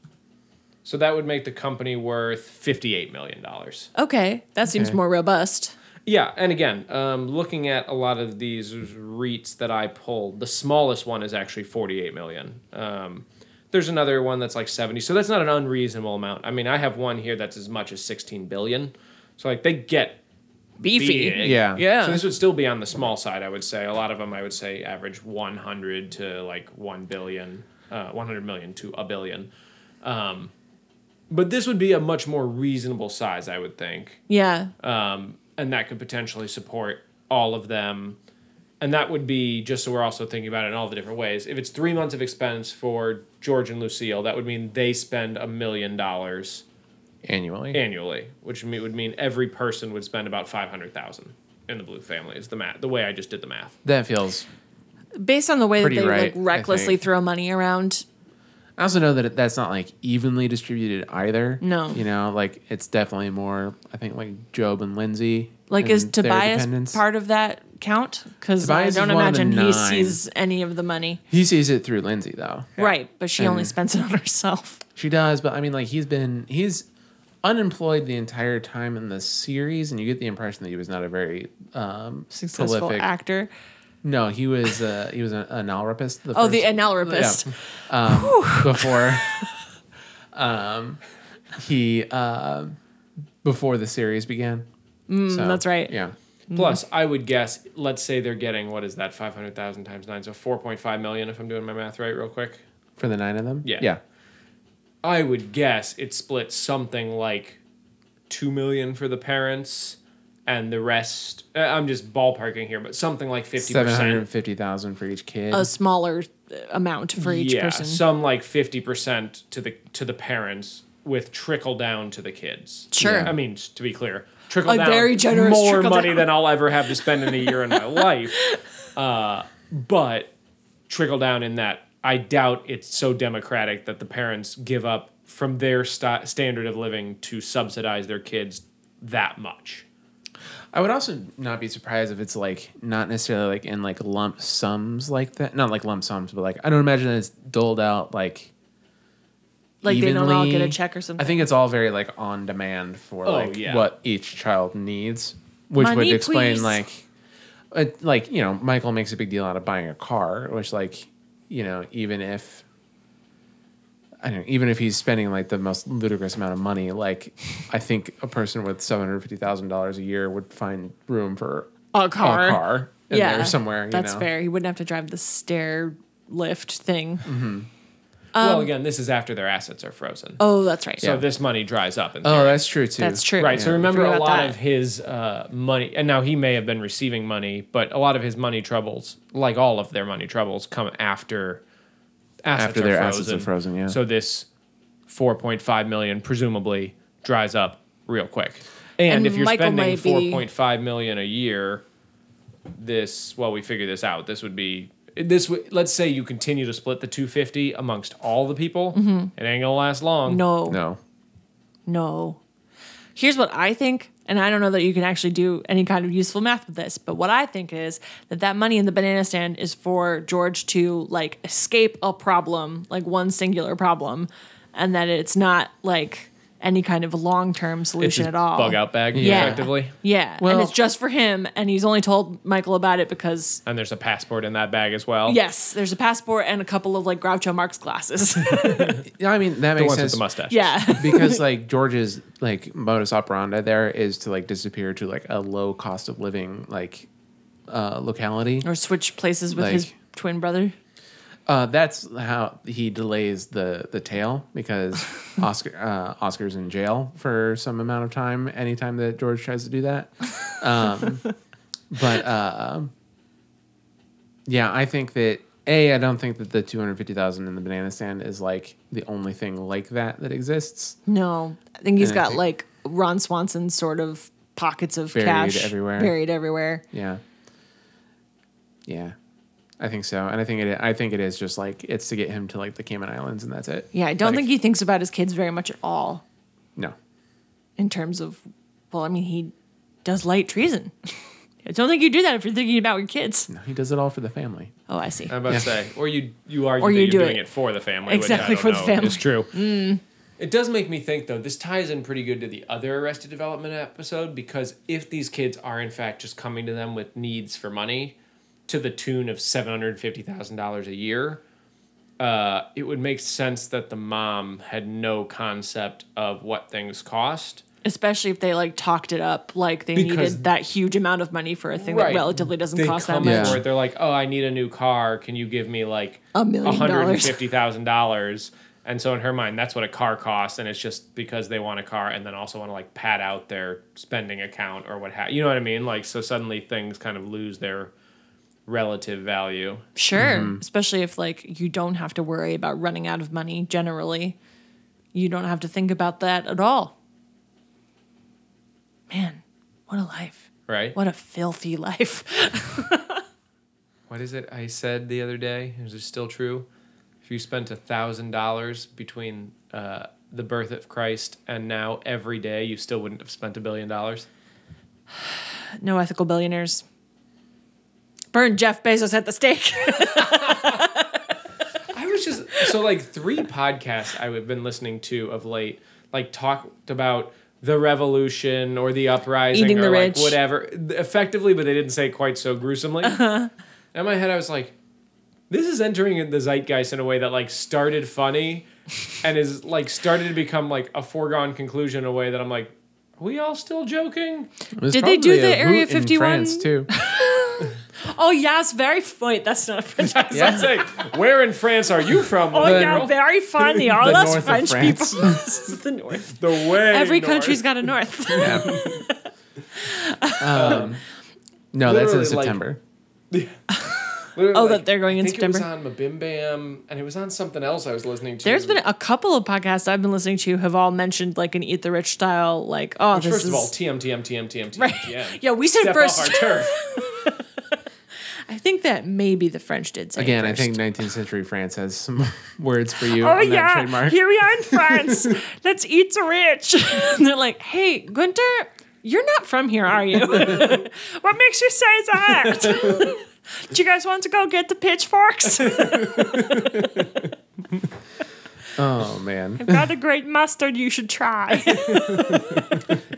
So that would make the company worth fifty-eight million dollars.
Okay. That seems
Okay.
more robust.
Yeah, and again, um, looking at a lot of these REITs that I pulled, the smallest one is actually 48 million. Um, there's another one that's like 70, so that's not an unreasonable amount. I mean, I have one here that's as much as 16 billion. So like they get
Beefy.
big.
Yeah.
Yeah.
So this would still be on the small side, I would say. A lot of them, I would say, average 100 to like 1 billion, uh, 100 million to a billion. Um, but this would be a much more reasonable size, I would think
Yeah.
Uh,
um, and that could potentially support all of them. And that would be just so we're also thinking about it in all the different ways. If it's three months of expense for George and Lucille, that would mean they spend a million dollars
Annually.
annually, which me- would mean every person would spend about five hundred thousand in the Blue family. Is the math the way I just did the math?
That feels.
Based on the way that
Pretty
they like
right, I
recklessly
think.
throw money around.
I also know that it, that's not like evenly distributed either.
No.
You know, like it's definitely more, I think, like Job and Lindsay.
Like,
and
is
their
Tobias
dependents.
part of that count? Because I
Tobias is
don't
one of the
imagine he
nine.
sees any of the money.
He sees it through Lindsay, though.
Right. But she only spends it on herself.
She does, but I mean, like, he's been, he's unemployed the entire time in the series, and you get the impression that he was not a very um,
Successful
prolific
actor.
No, he was uh, he was an analrapist. The
Oh, the
first-
analrapist.
um, before um, he uh, before the series began. So,
Mm, that's right.
Yeah,
Plus, I would guess. Let's say they're getting what is that five hundred thousand times nine, so four point five million. If I'm doing my math right, real quick.
for the nine of them.
Yeah.
yeah,
I would guess it splits something like two million for the parents, and the rest. uh, I'm just ballparking here, but something like fifty
seven hundred
percent.
fifty thousand for each kid.
A smaller uh, amount for each
Yeah,
person.
some like fifty percent to the to the parents, with trickle down to the kids.
Sure.
I mean, s- to be clear, trickle
A
down
very generous
more
trickle
money
down.
than I'll ever have to spend in a year in my life. Uh, but trickle down in that I doubt it's so democratic that the parents give up from their sta standard of living to subsidize their kids that much.
I would also not be surprised if it's like not necessarily like in like lump sums like that. Not like lump sums, but like I don't imagine that it's doled out like
Like they don't all get
evenly.
a check or something.
I think it's all very like on demand for
Oh,
like
yeah.
what each child needs, which
Money,
would explain
please.
like, it, like you know, Michael makes a big deal out of buying a car, which like you know, even if I don't know, even if he's spending like the most ludicrous amount of money, like I think a person with seven hundred fifty thousand dollars a year would find room for
a car.
a car in
yeah,
there somewhere. You
that's
know?
fair. He wouldn't have to drive the stair lift thing.
well, again, this is after their assets are frozen.
Um, Oh, that's right.
So this money dries up. In
Oh, that's true too.
That's true.
Right. So
Yeah.
remember
Forgot
a
about
lot
that.
of his uh, money, and now he may have been receiving money, but a lot of his money troubles, like all of their money troubles, come after assets
After
are
their
frozen.
assets are frozen, yeah.
So this 4.5 million presumably dries up real quick. And,
And
if you're
Michael
spending
may be-
4.5 million a year, this well, we figure this out. This would be this. would let's say you continue to split the 250 amongst all the people. It ain't gonna last long.
Mm-hmm. No.
No.
No. Here's what I think, and I don't know that you can actually do any kind of useful math with this, but what I think is that that money in the banana stand is for George to like escape a problem, like one singular problem, and that it's not like any kind of long term
It's
solution
just
at all.
bug out bag
Yeah.
effectively.
Yeah.
Well-
and it's just for him, and he's only told Michael about it because
And there's a passport in that bag as well.
yes, there's a passport and a couple of like Groucho Marx glasses.
Yeah, I mean that
The
makes
ones
sense.
with the mustache.
yeah.
because like George's like modus operandi there is to like disappear to like a low cost of living like uh locality.
Or switch places with his
Like-
twin brother.
Uh that's how he delays the the tail because Oscar uh Oscar's in jail for some amount of time anytime that George tries to do that. Um but uh yeah, I think that a I don't think that the 250,000 in the banana stand is like the only thing like that that exists.
No, I think he's
And I
got
think-
like Ron Swanson sort of pockets of
Buried
cash
everywhere.
buried everywhere.
Yeah. Yeah. I think so. And I think it I think it is just like it's to get him to like the Cayman Islands and that's it.
Yeah, I don't
Like,
think he thinks about his kids very much at all
No.
in terms of. Well, I mean, he does light treason. I don't think you do that if you're thinking about your kids.
No, he does it all for the family.
Oh, I see.
Um,
I'm about to say, or you you argue
Or
that
you
you're
do
doing it.
it.
for the family,
Exactly,
which I
for
don't
the
know
family. Mm.
is true. It does make me think though. This ties in pretty good to the other Arrested Development episode because if these kids are in fact just coming to them with needs for money, to the tune of seven hundred fifty thousand dollars a year, uh, it would make sense that the mom had no concept of what things cost.
Especially if they like talked it up, like they
Because-
needed that huge amount of money for a thing that relatively doesn't
They
cost that
come
much.
much.
forward, They're like, oh, I need a new car. Can you give me like
A million dollars.
$150,000? And so in her mind, that's what a car costs. And it's just because they want a car and then also want to like pad out their spending account or what have you. know what I mean? Like, so suddenly things kind of lose their relative value.
Sure.
Mm-hmm.
Especially if like you don't have to worry about running out of money generally. You don't have to think about that at all. Man, what a life.
Right?
What a filthy life.
what is it I said the other day? Is it still true? If you spent a thousand dollars between uh, the birth of Christ and now every day, you still wouldn't have spent a billion dollars.
No ethical billionaires. Burn Jeff Bezos at the stake.
I was just so like three podcasts I've been listening to of late, like talked about the revolution or the uprising
Eating
or
the
like
rich.
whatever, effectively, but they didn't say it quite so gruesomely.
Uh-huh.
And in my head, I was like, this is entering the zeitgeist in a way that like started funny, and is like started to become like a foregone conclusion in a way that I'm like, are we all still joking?
It was
Did they do
probably
the
a
Area
hoot in
51?
France too.
oh yes, very funny. That's not a French accent.
That's like, where in France are you from?
Oh
little
yeah,
girl?
very funny. All
The
us
north of
French
France.
people. this is the north.
the way
Every
north.
country's got a north.
No, that's in Um,
Literally, like-
September.
Literally,
Oh, that they're going in
I think It
September?
was on Mabim Bam, and it was on something else I was listening to.
There's been a couple of podcasts I've been listening to have all mentioned like an Eat the Rich style, like, oh,
Which,
this
first
is
of all, TM, TM, TM, TM, TM,
right.
TM.
Yeah, we said
Step
first.
off our turf.
I think that maybe the French did say
Again,
it
I
first.
think 19th century France has some words for you
Oh
on that
yeah,
trademark.
here we are in France. Let's eat the rich. and they're like, "Hey, Gunter, you're not from here, are you? what makes you say that? Do you guys want to go get the pitchforks?
Oh man,
Got a great mustard. You should try."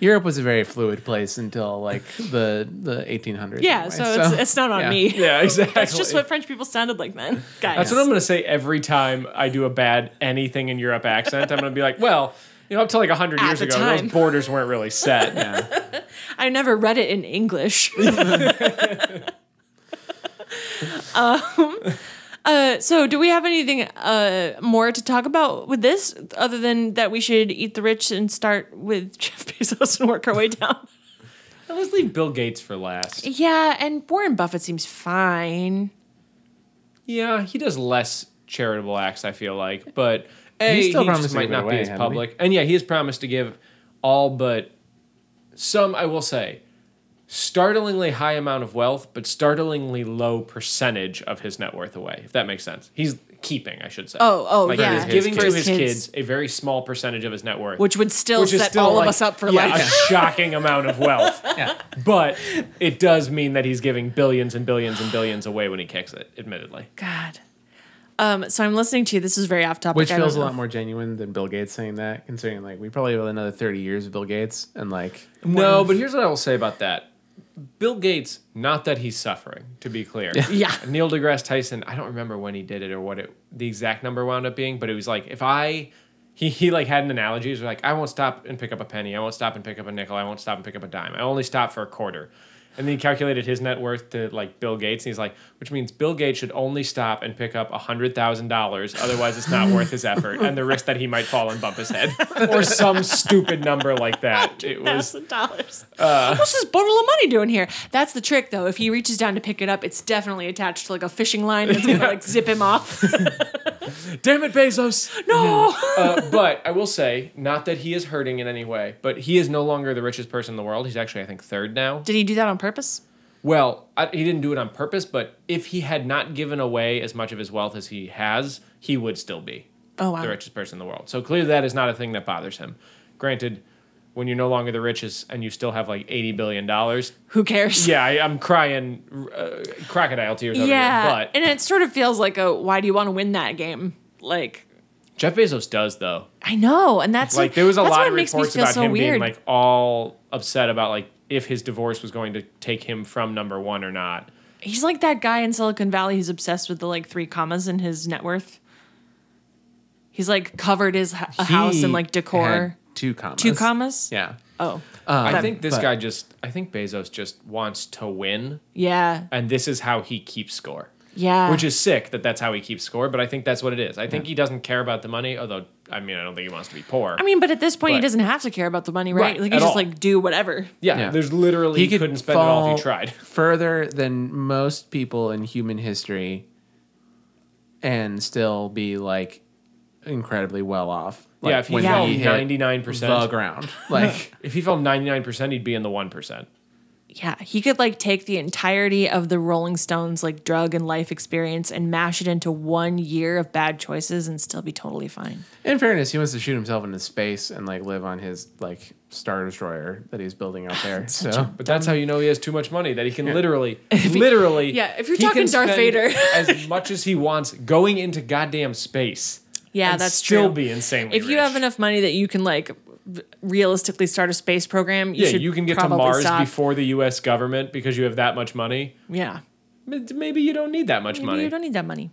Europe was a very fluid place until like the the 1800s.
yeah,
anyway,
so, it's it's not on
yeah.
me.
Yeah, exactly.
That's just what French people sounded like then, guys.
That's what I'm going to say every time I do a bad anything in Europe accent. I'm going to be like, well, you know, up to like 100
At
years
the
ago,
time.
those borders weren't really set. yeah.
I never read it in English. um, Um, uh, so, do we have anything uh, more to talk about with this, other than that we should eat the rich and start with Jeff Bezos and work our way down?
Let's leave Bill Gates for last.
yeah, and Warren Buffett seems fine.
Yeah, he does less charitable acts, I feel like. But A,
He's still
he just
promising to
might
give
not
it
be
away,
as
hasn't he?
public. And yeah, he has promised to give all but some, I will say, startlingly high amount of wealth, but startlingly low percentage of his net worth away, if that makes sense. He's keeping, I should say.
Oh, oh,
like
yeah.
he's giving
For
to
his
his
kids.
kids. a very small percentage of his net worth,
Which would still
which is
set
still,
all
like,
of us up for
yeah,
like
a shocking amount of wealth. But it does mean that he's giving billions and billions and billions away when he kicks it. Admittedly,
God. Um, so I'm listening to you. This is very off topic.
Which
I don't
feels a
know.
lot more genuine than Bill Gates saying that, considering like we probably have another 30 years of Bill Gates and like
no. But here's what I will say about that: Bill Gates. Not that he's suffering, to be clear.
Yeah.
Neil deGrasse Tyson. I don't remember when he did it or what it the exact number wound up being, but it was like if I. He, he like had an analogy. He's like, I won't stop and pick up a penny. I won't stop and pick up a nickel. I won't stop and pick up a dime. I only stop for a quarter. And then he calculated his net worth to like Bill Gates, and he's like, which means Bill Gates should only stop and pick up hundred thousand dollars, otherwise it's not worth his effort and the risk that he might fall and bump his head or some stupid number like that. It was
thousand dollars.
Uh.
What's this bundle of money doing here? That's the trick, though. If he reaches down to pick it up, it's definitely attached to like a fishing line. It's gonna like zip him off.
damn it, Bezos.
no.
uh, but I will say, not that he is hurting in any way, but he is no longer the richest person in the world. He's actually, I think, third now.
Did he do that on purpose?
Well, I, he didn't do it on purpose, but if he had not given away as much of his wealth as he has, he would still be
Oh wow.
the richest person in the world. So clearly, that is not a thing that bothers him. Granted, when you're no longer the richest and you still have like eighty billion dollars,
Who cares?
yeah, I, I'm crying uh, crocodile tears over
Yeah.
here. But
and it sort of feels like a why do you want to win that game? Like
Jeff Bezos does though.
I know, and that's
like there was a
that's
lot
what
of
makes me
reports
feel
about
so
him
weird.
being like all upset about like if his divorce was going to take him from number one or not.
He's like that guy in Silicon Valley who's obsessed with the like three commas in his net worth. He's like covered his h- a house
he
in like decor.
had two commas.
Two commas?
Yeah.
Oh.
I
Um,
think this
but-
guy just I think Bezos just wants to win
Yeah.
and this is how he keeps score.
Yeah.
Which is sick that that's how he keeps score, but I think that's what it is. I think he doesn't care about the money, although I mean I don't think he wants to be poor.
I mean, but at this point, he
But-
doesn't have to care about the money, right?
Right,
like, he
at
just
all.
like do whatever.
yeah,
Yeah.
there's literally he couldn't spend it all if he tried.
further than most people in human history and still be like incredibly well off. Like,
yeah, if he
when
fell
he hit
ninety nine
the
percent
ground. Like
if he fell ninety nine percent he'd be in the one percent.
Yeah, he could like take the entirety of the Rolling Stones like drug and life experience and mash it into one year of bad choices and still be totally fine.
in fairness, he wants to shoot himself into space and like live on his like star destroyer that he's building out there. so
But that's how
Um,
you know he has too much money that he can literally, literally.
yeah, if you're
he can
talking Darth
spend
Vader.
as much as he wants going into goddamn space.
Yeah,
and
that's
still
true.
be insanely.
if you
rich.
have enough money that you can like v- realistically start a space program, you
yeah,
should
you can get to
probably
Mars
stop.
before the U.S. government because you have that much money.
Yeah,
M- Maybe you don't need that much
maybe
money.
you don't need that money.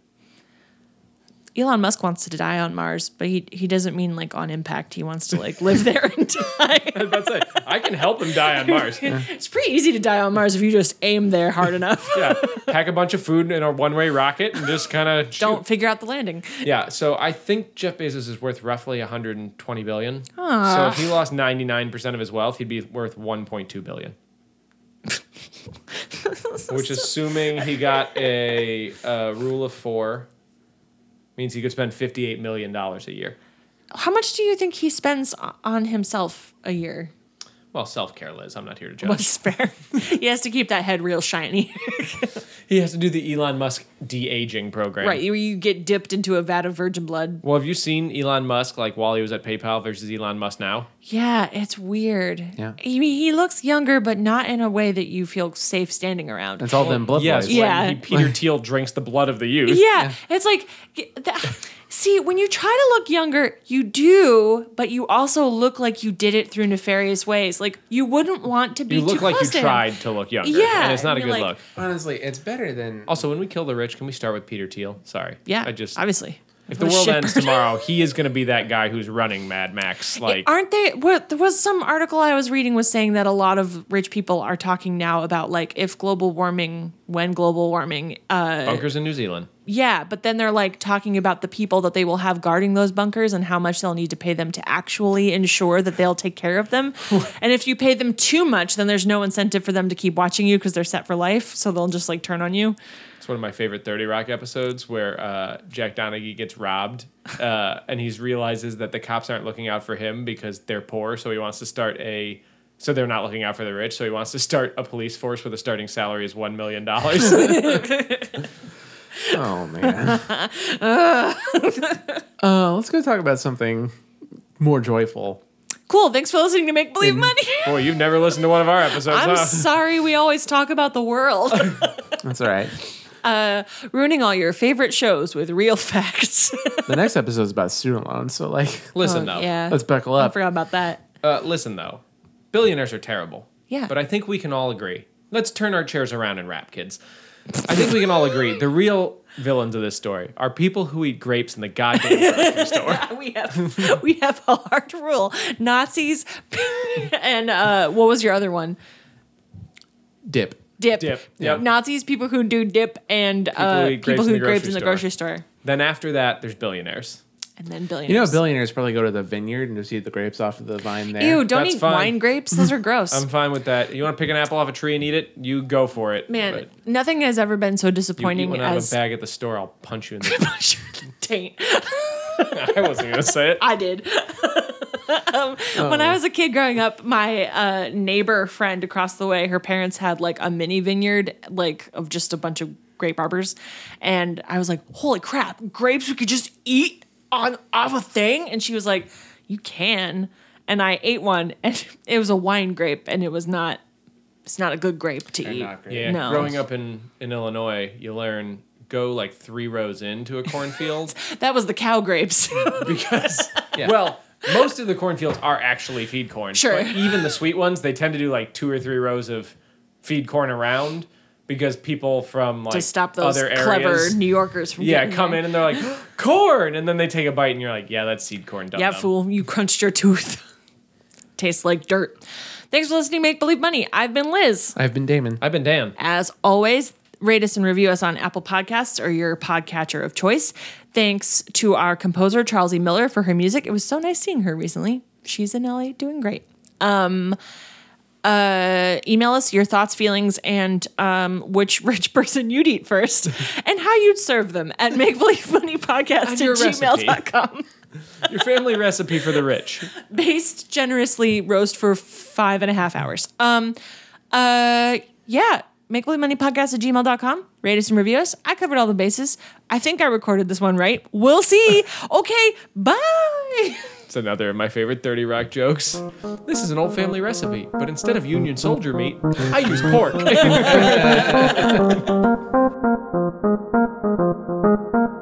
Elon Musk wants to die on Mars, but he he doesn't mean like on impact. He wants to like live there and die.
That's it. I can help him die on Mars.
it's pretty easy to die on Mars if you just aim there hard enough.
Yeah, pack a bunch of food in a one-way rocket and just kind of
Don't figure out the landing.
Yeah, so I think Jeff Bezos is worth roughly 120 billion. So if he lost 99% of his wealth, he'd be worth 1.2 billion. which assuming he got a, uh rule of four means he could spend $58 million a year
How much do you think he spends o- on himself a year?
well self-care liz i'm not here to judge
Was fair. he has to keep that head real shiny,
he has to do the elon musk de-aging program
right? You, you get dipped into a vat of virgin blood.
well have you seen elon musk like while he was at paypal versus elon musk now
Yeah, it's weird.
Yeah.
he, he looks younger, but not in a way that you feel safe standing around.
It's all them blood
yes
boys.
Yeah.
when he, peter teal drinks the blood of the youth
Yeah, it's like, g- that, see, when you try to look younger, you do, but you also look like you did it through nefarious ways. Like you wouldn't want to be.
you
too
look like you
close to him.
tried to look younger
Yeah,
and it's not a
and
good
you're like-
look
Honestly, it's better than
also when we kill the rich can we start with peter teal sorry
Yeah,
i just
obviously.
If the
What a
world ends
shepherd.
tomorrow, he is going to be that guy who's running Mad Max. Like,
aren't they? What there was some article I was reading was saying that a lot of rich people are talking now about like if global warming, when global warming, uh,
bunkers in New Zealand.
yeah. But then they're like talking about the people that they will have guarding those bunkers and how much they'll need to pay them to actually ensure that they'll take care of them. and if you pay them too much, then there's no incentive for them to keep watching you because they're set for life. So they'll just like turn on you.
It's one of my favorite 30 Rock episodes where uh, Jack Donaghy gets robbed uh, and he realizes that the cops aren't looking out for him because they're poor. So he wants to start a. So they're not looking out for the rich. So he wants to start a police force where the starting salary is $1 million.
Oh man. uh, let's go talk about something more joyful.
Cool. Thanks for listening to Make
Mm.
Believe
And-
Money.
Boy, you've never listened to one of our episodes,
I'm
huh?
sorry we always talk about the world.
That's all right.
ruining all your favorite shows with real facts.
The next episode is about student loans, so like,
listen, though.
Oh, yeah.
let's buckle
I
up.
forgot about that.
Uh, listen, though. Billionaires are terrible.
Yeah.
But I think we can all agree. Let's turn our chairs around and rap, kids. I think we can all agree the real villains of this story are people who eat grapes in the goddamn grocery store.
We have we have a hard rule. Nazis and uh, what was your other one?
Dip.
Dip.
Dip. Yep.
Nazis, people who do dip, and uh,
who eat
people
grapes
who
in
eat
the
grapes
grocery
in the
store.
grocery store,
Then after that, there's billionaires.
and then billionaires.
You know, billionaires probably go to the vineyard and just eat the grapes off of the vine there.
Ew! Don't
That's
eat
fine.
wine grapes; those are gross.
I'm fine with that. You want to pick an apple off a tree and eat it? You go for it.
Man,
But
nothing has ever been so
you eat
disappointing
one out of a
as.
bag at the store, I'll punch you in the.
Taint.
I wasn't gonna say it.
I did. um, When I was a kid growing up, my uh, neighbor friend across the way, her parents had like a mini vineyard, like of just a bunch of grape arbors, and I was like, "Holy crap, grapes we could just eat on off a thing!" And she was like, "You can." And I ate one, and it was a wine grape, and it was not. It's not a good grape to eat.
not great.
Yeah,
No.
growing up in in Illinois, you learn go like three rows into a cornfield.
That was the cow grapes.
because
Yeah.
well most of the cornfields are actually feed corn
Sure.
but even the sweet ones they tend to do like two or three rows of feed corn around because people from like
to stop those
other
clever
areas
New Yorkers from
yeah
getting
come
there.
in and they're like corn and then they take a bite and you're like yeah that's seed corn dumb
Yeah, fool, you crunched your tooth. Tastes like dirt. Thanks for listening, to Make Believe Money. I've been Liz.
I've been Damon.
i've been dan
As always, rate us and review us on Apple Podcasts or your podcatcher of choice. Thanks to our composer, Charles E. Miller, for her music. It was so nice seeing her recently. She's in LA doing great. Um, uh, email us your thoughts, feelings, and um, which rich person you'd eat first and how you'd serve them at make believe money podcast at
And your recipe.
gmail.com.
your family recipe for the rich
Based generously roast for five and a half hours. Um, uh, yeah. Make believe money podcast at gmail.com. Rate us and review us. I covered all the bases. I think I recorded this one right. We'll see. Okay. Bye.
it's another of my favorite 30 rock jokes this is an old family recipe but instead of union soldier meat i use pork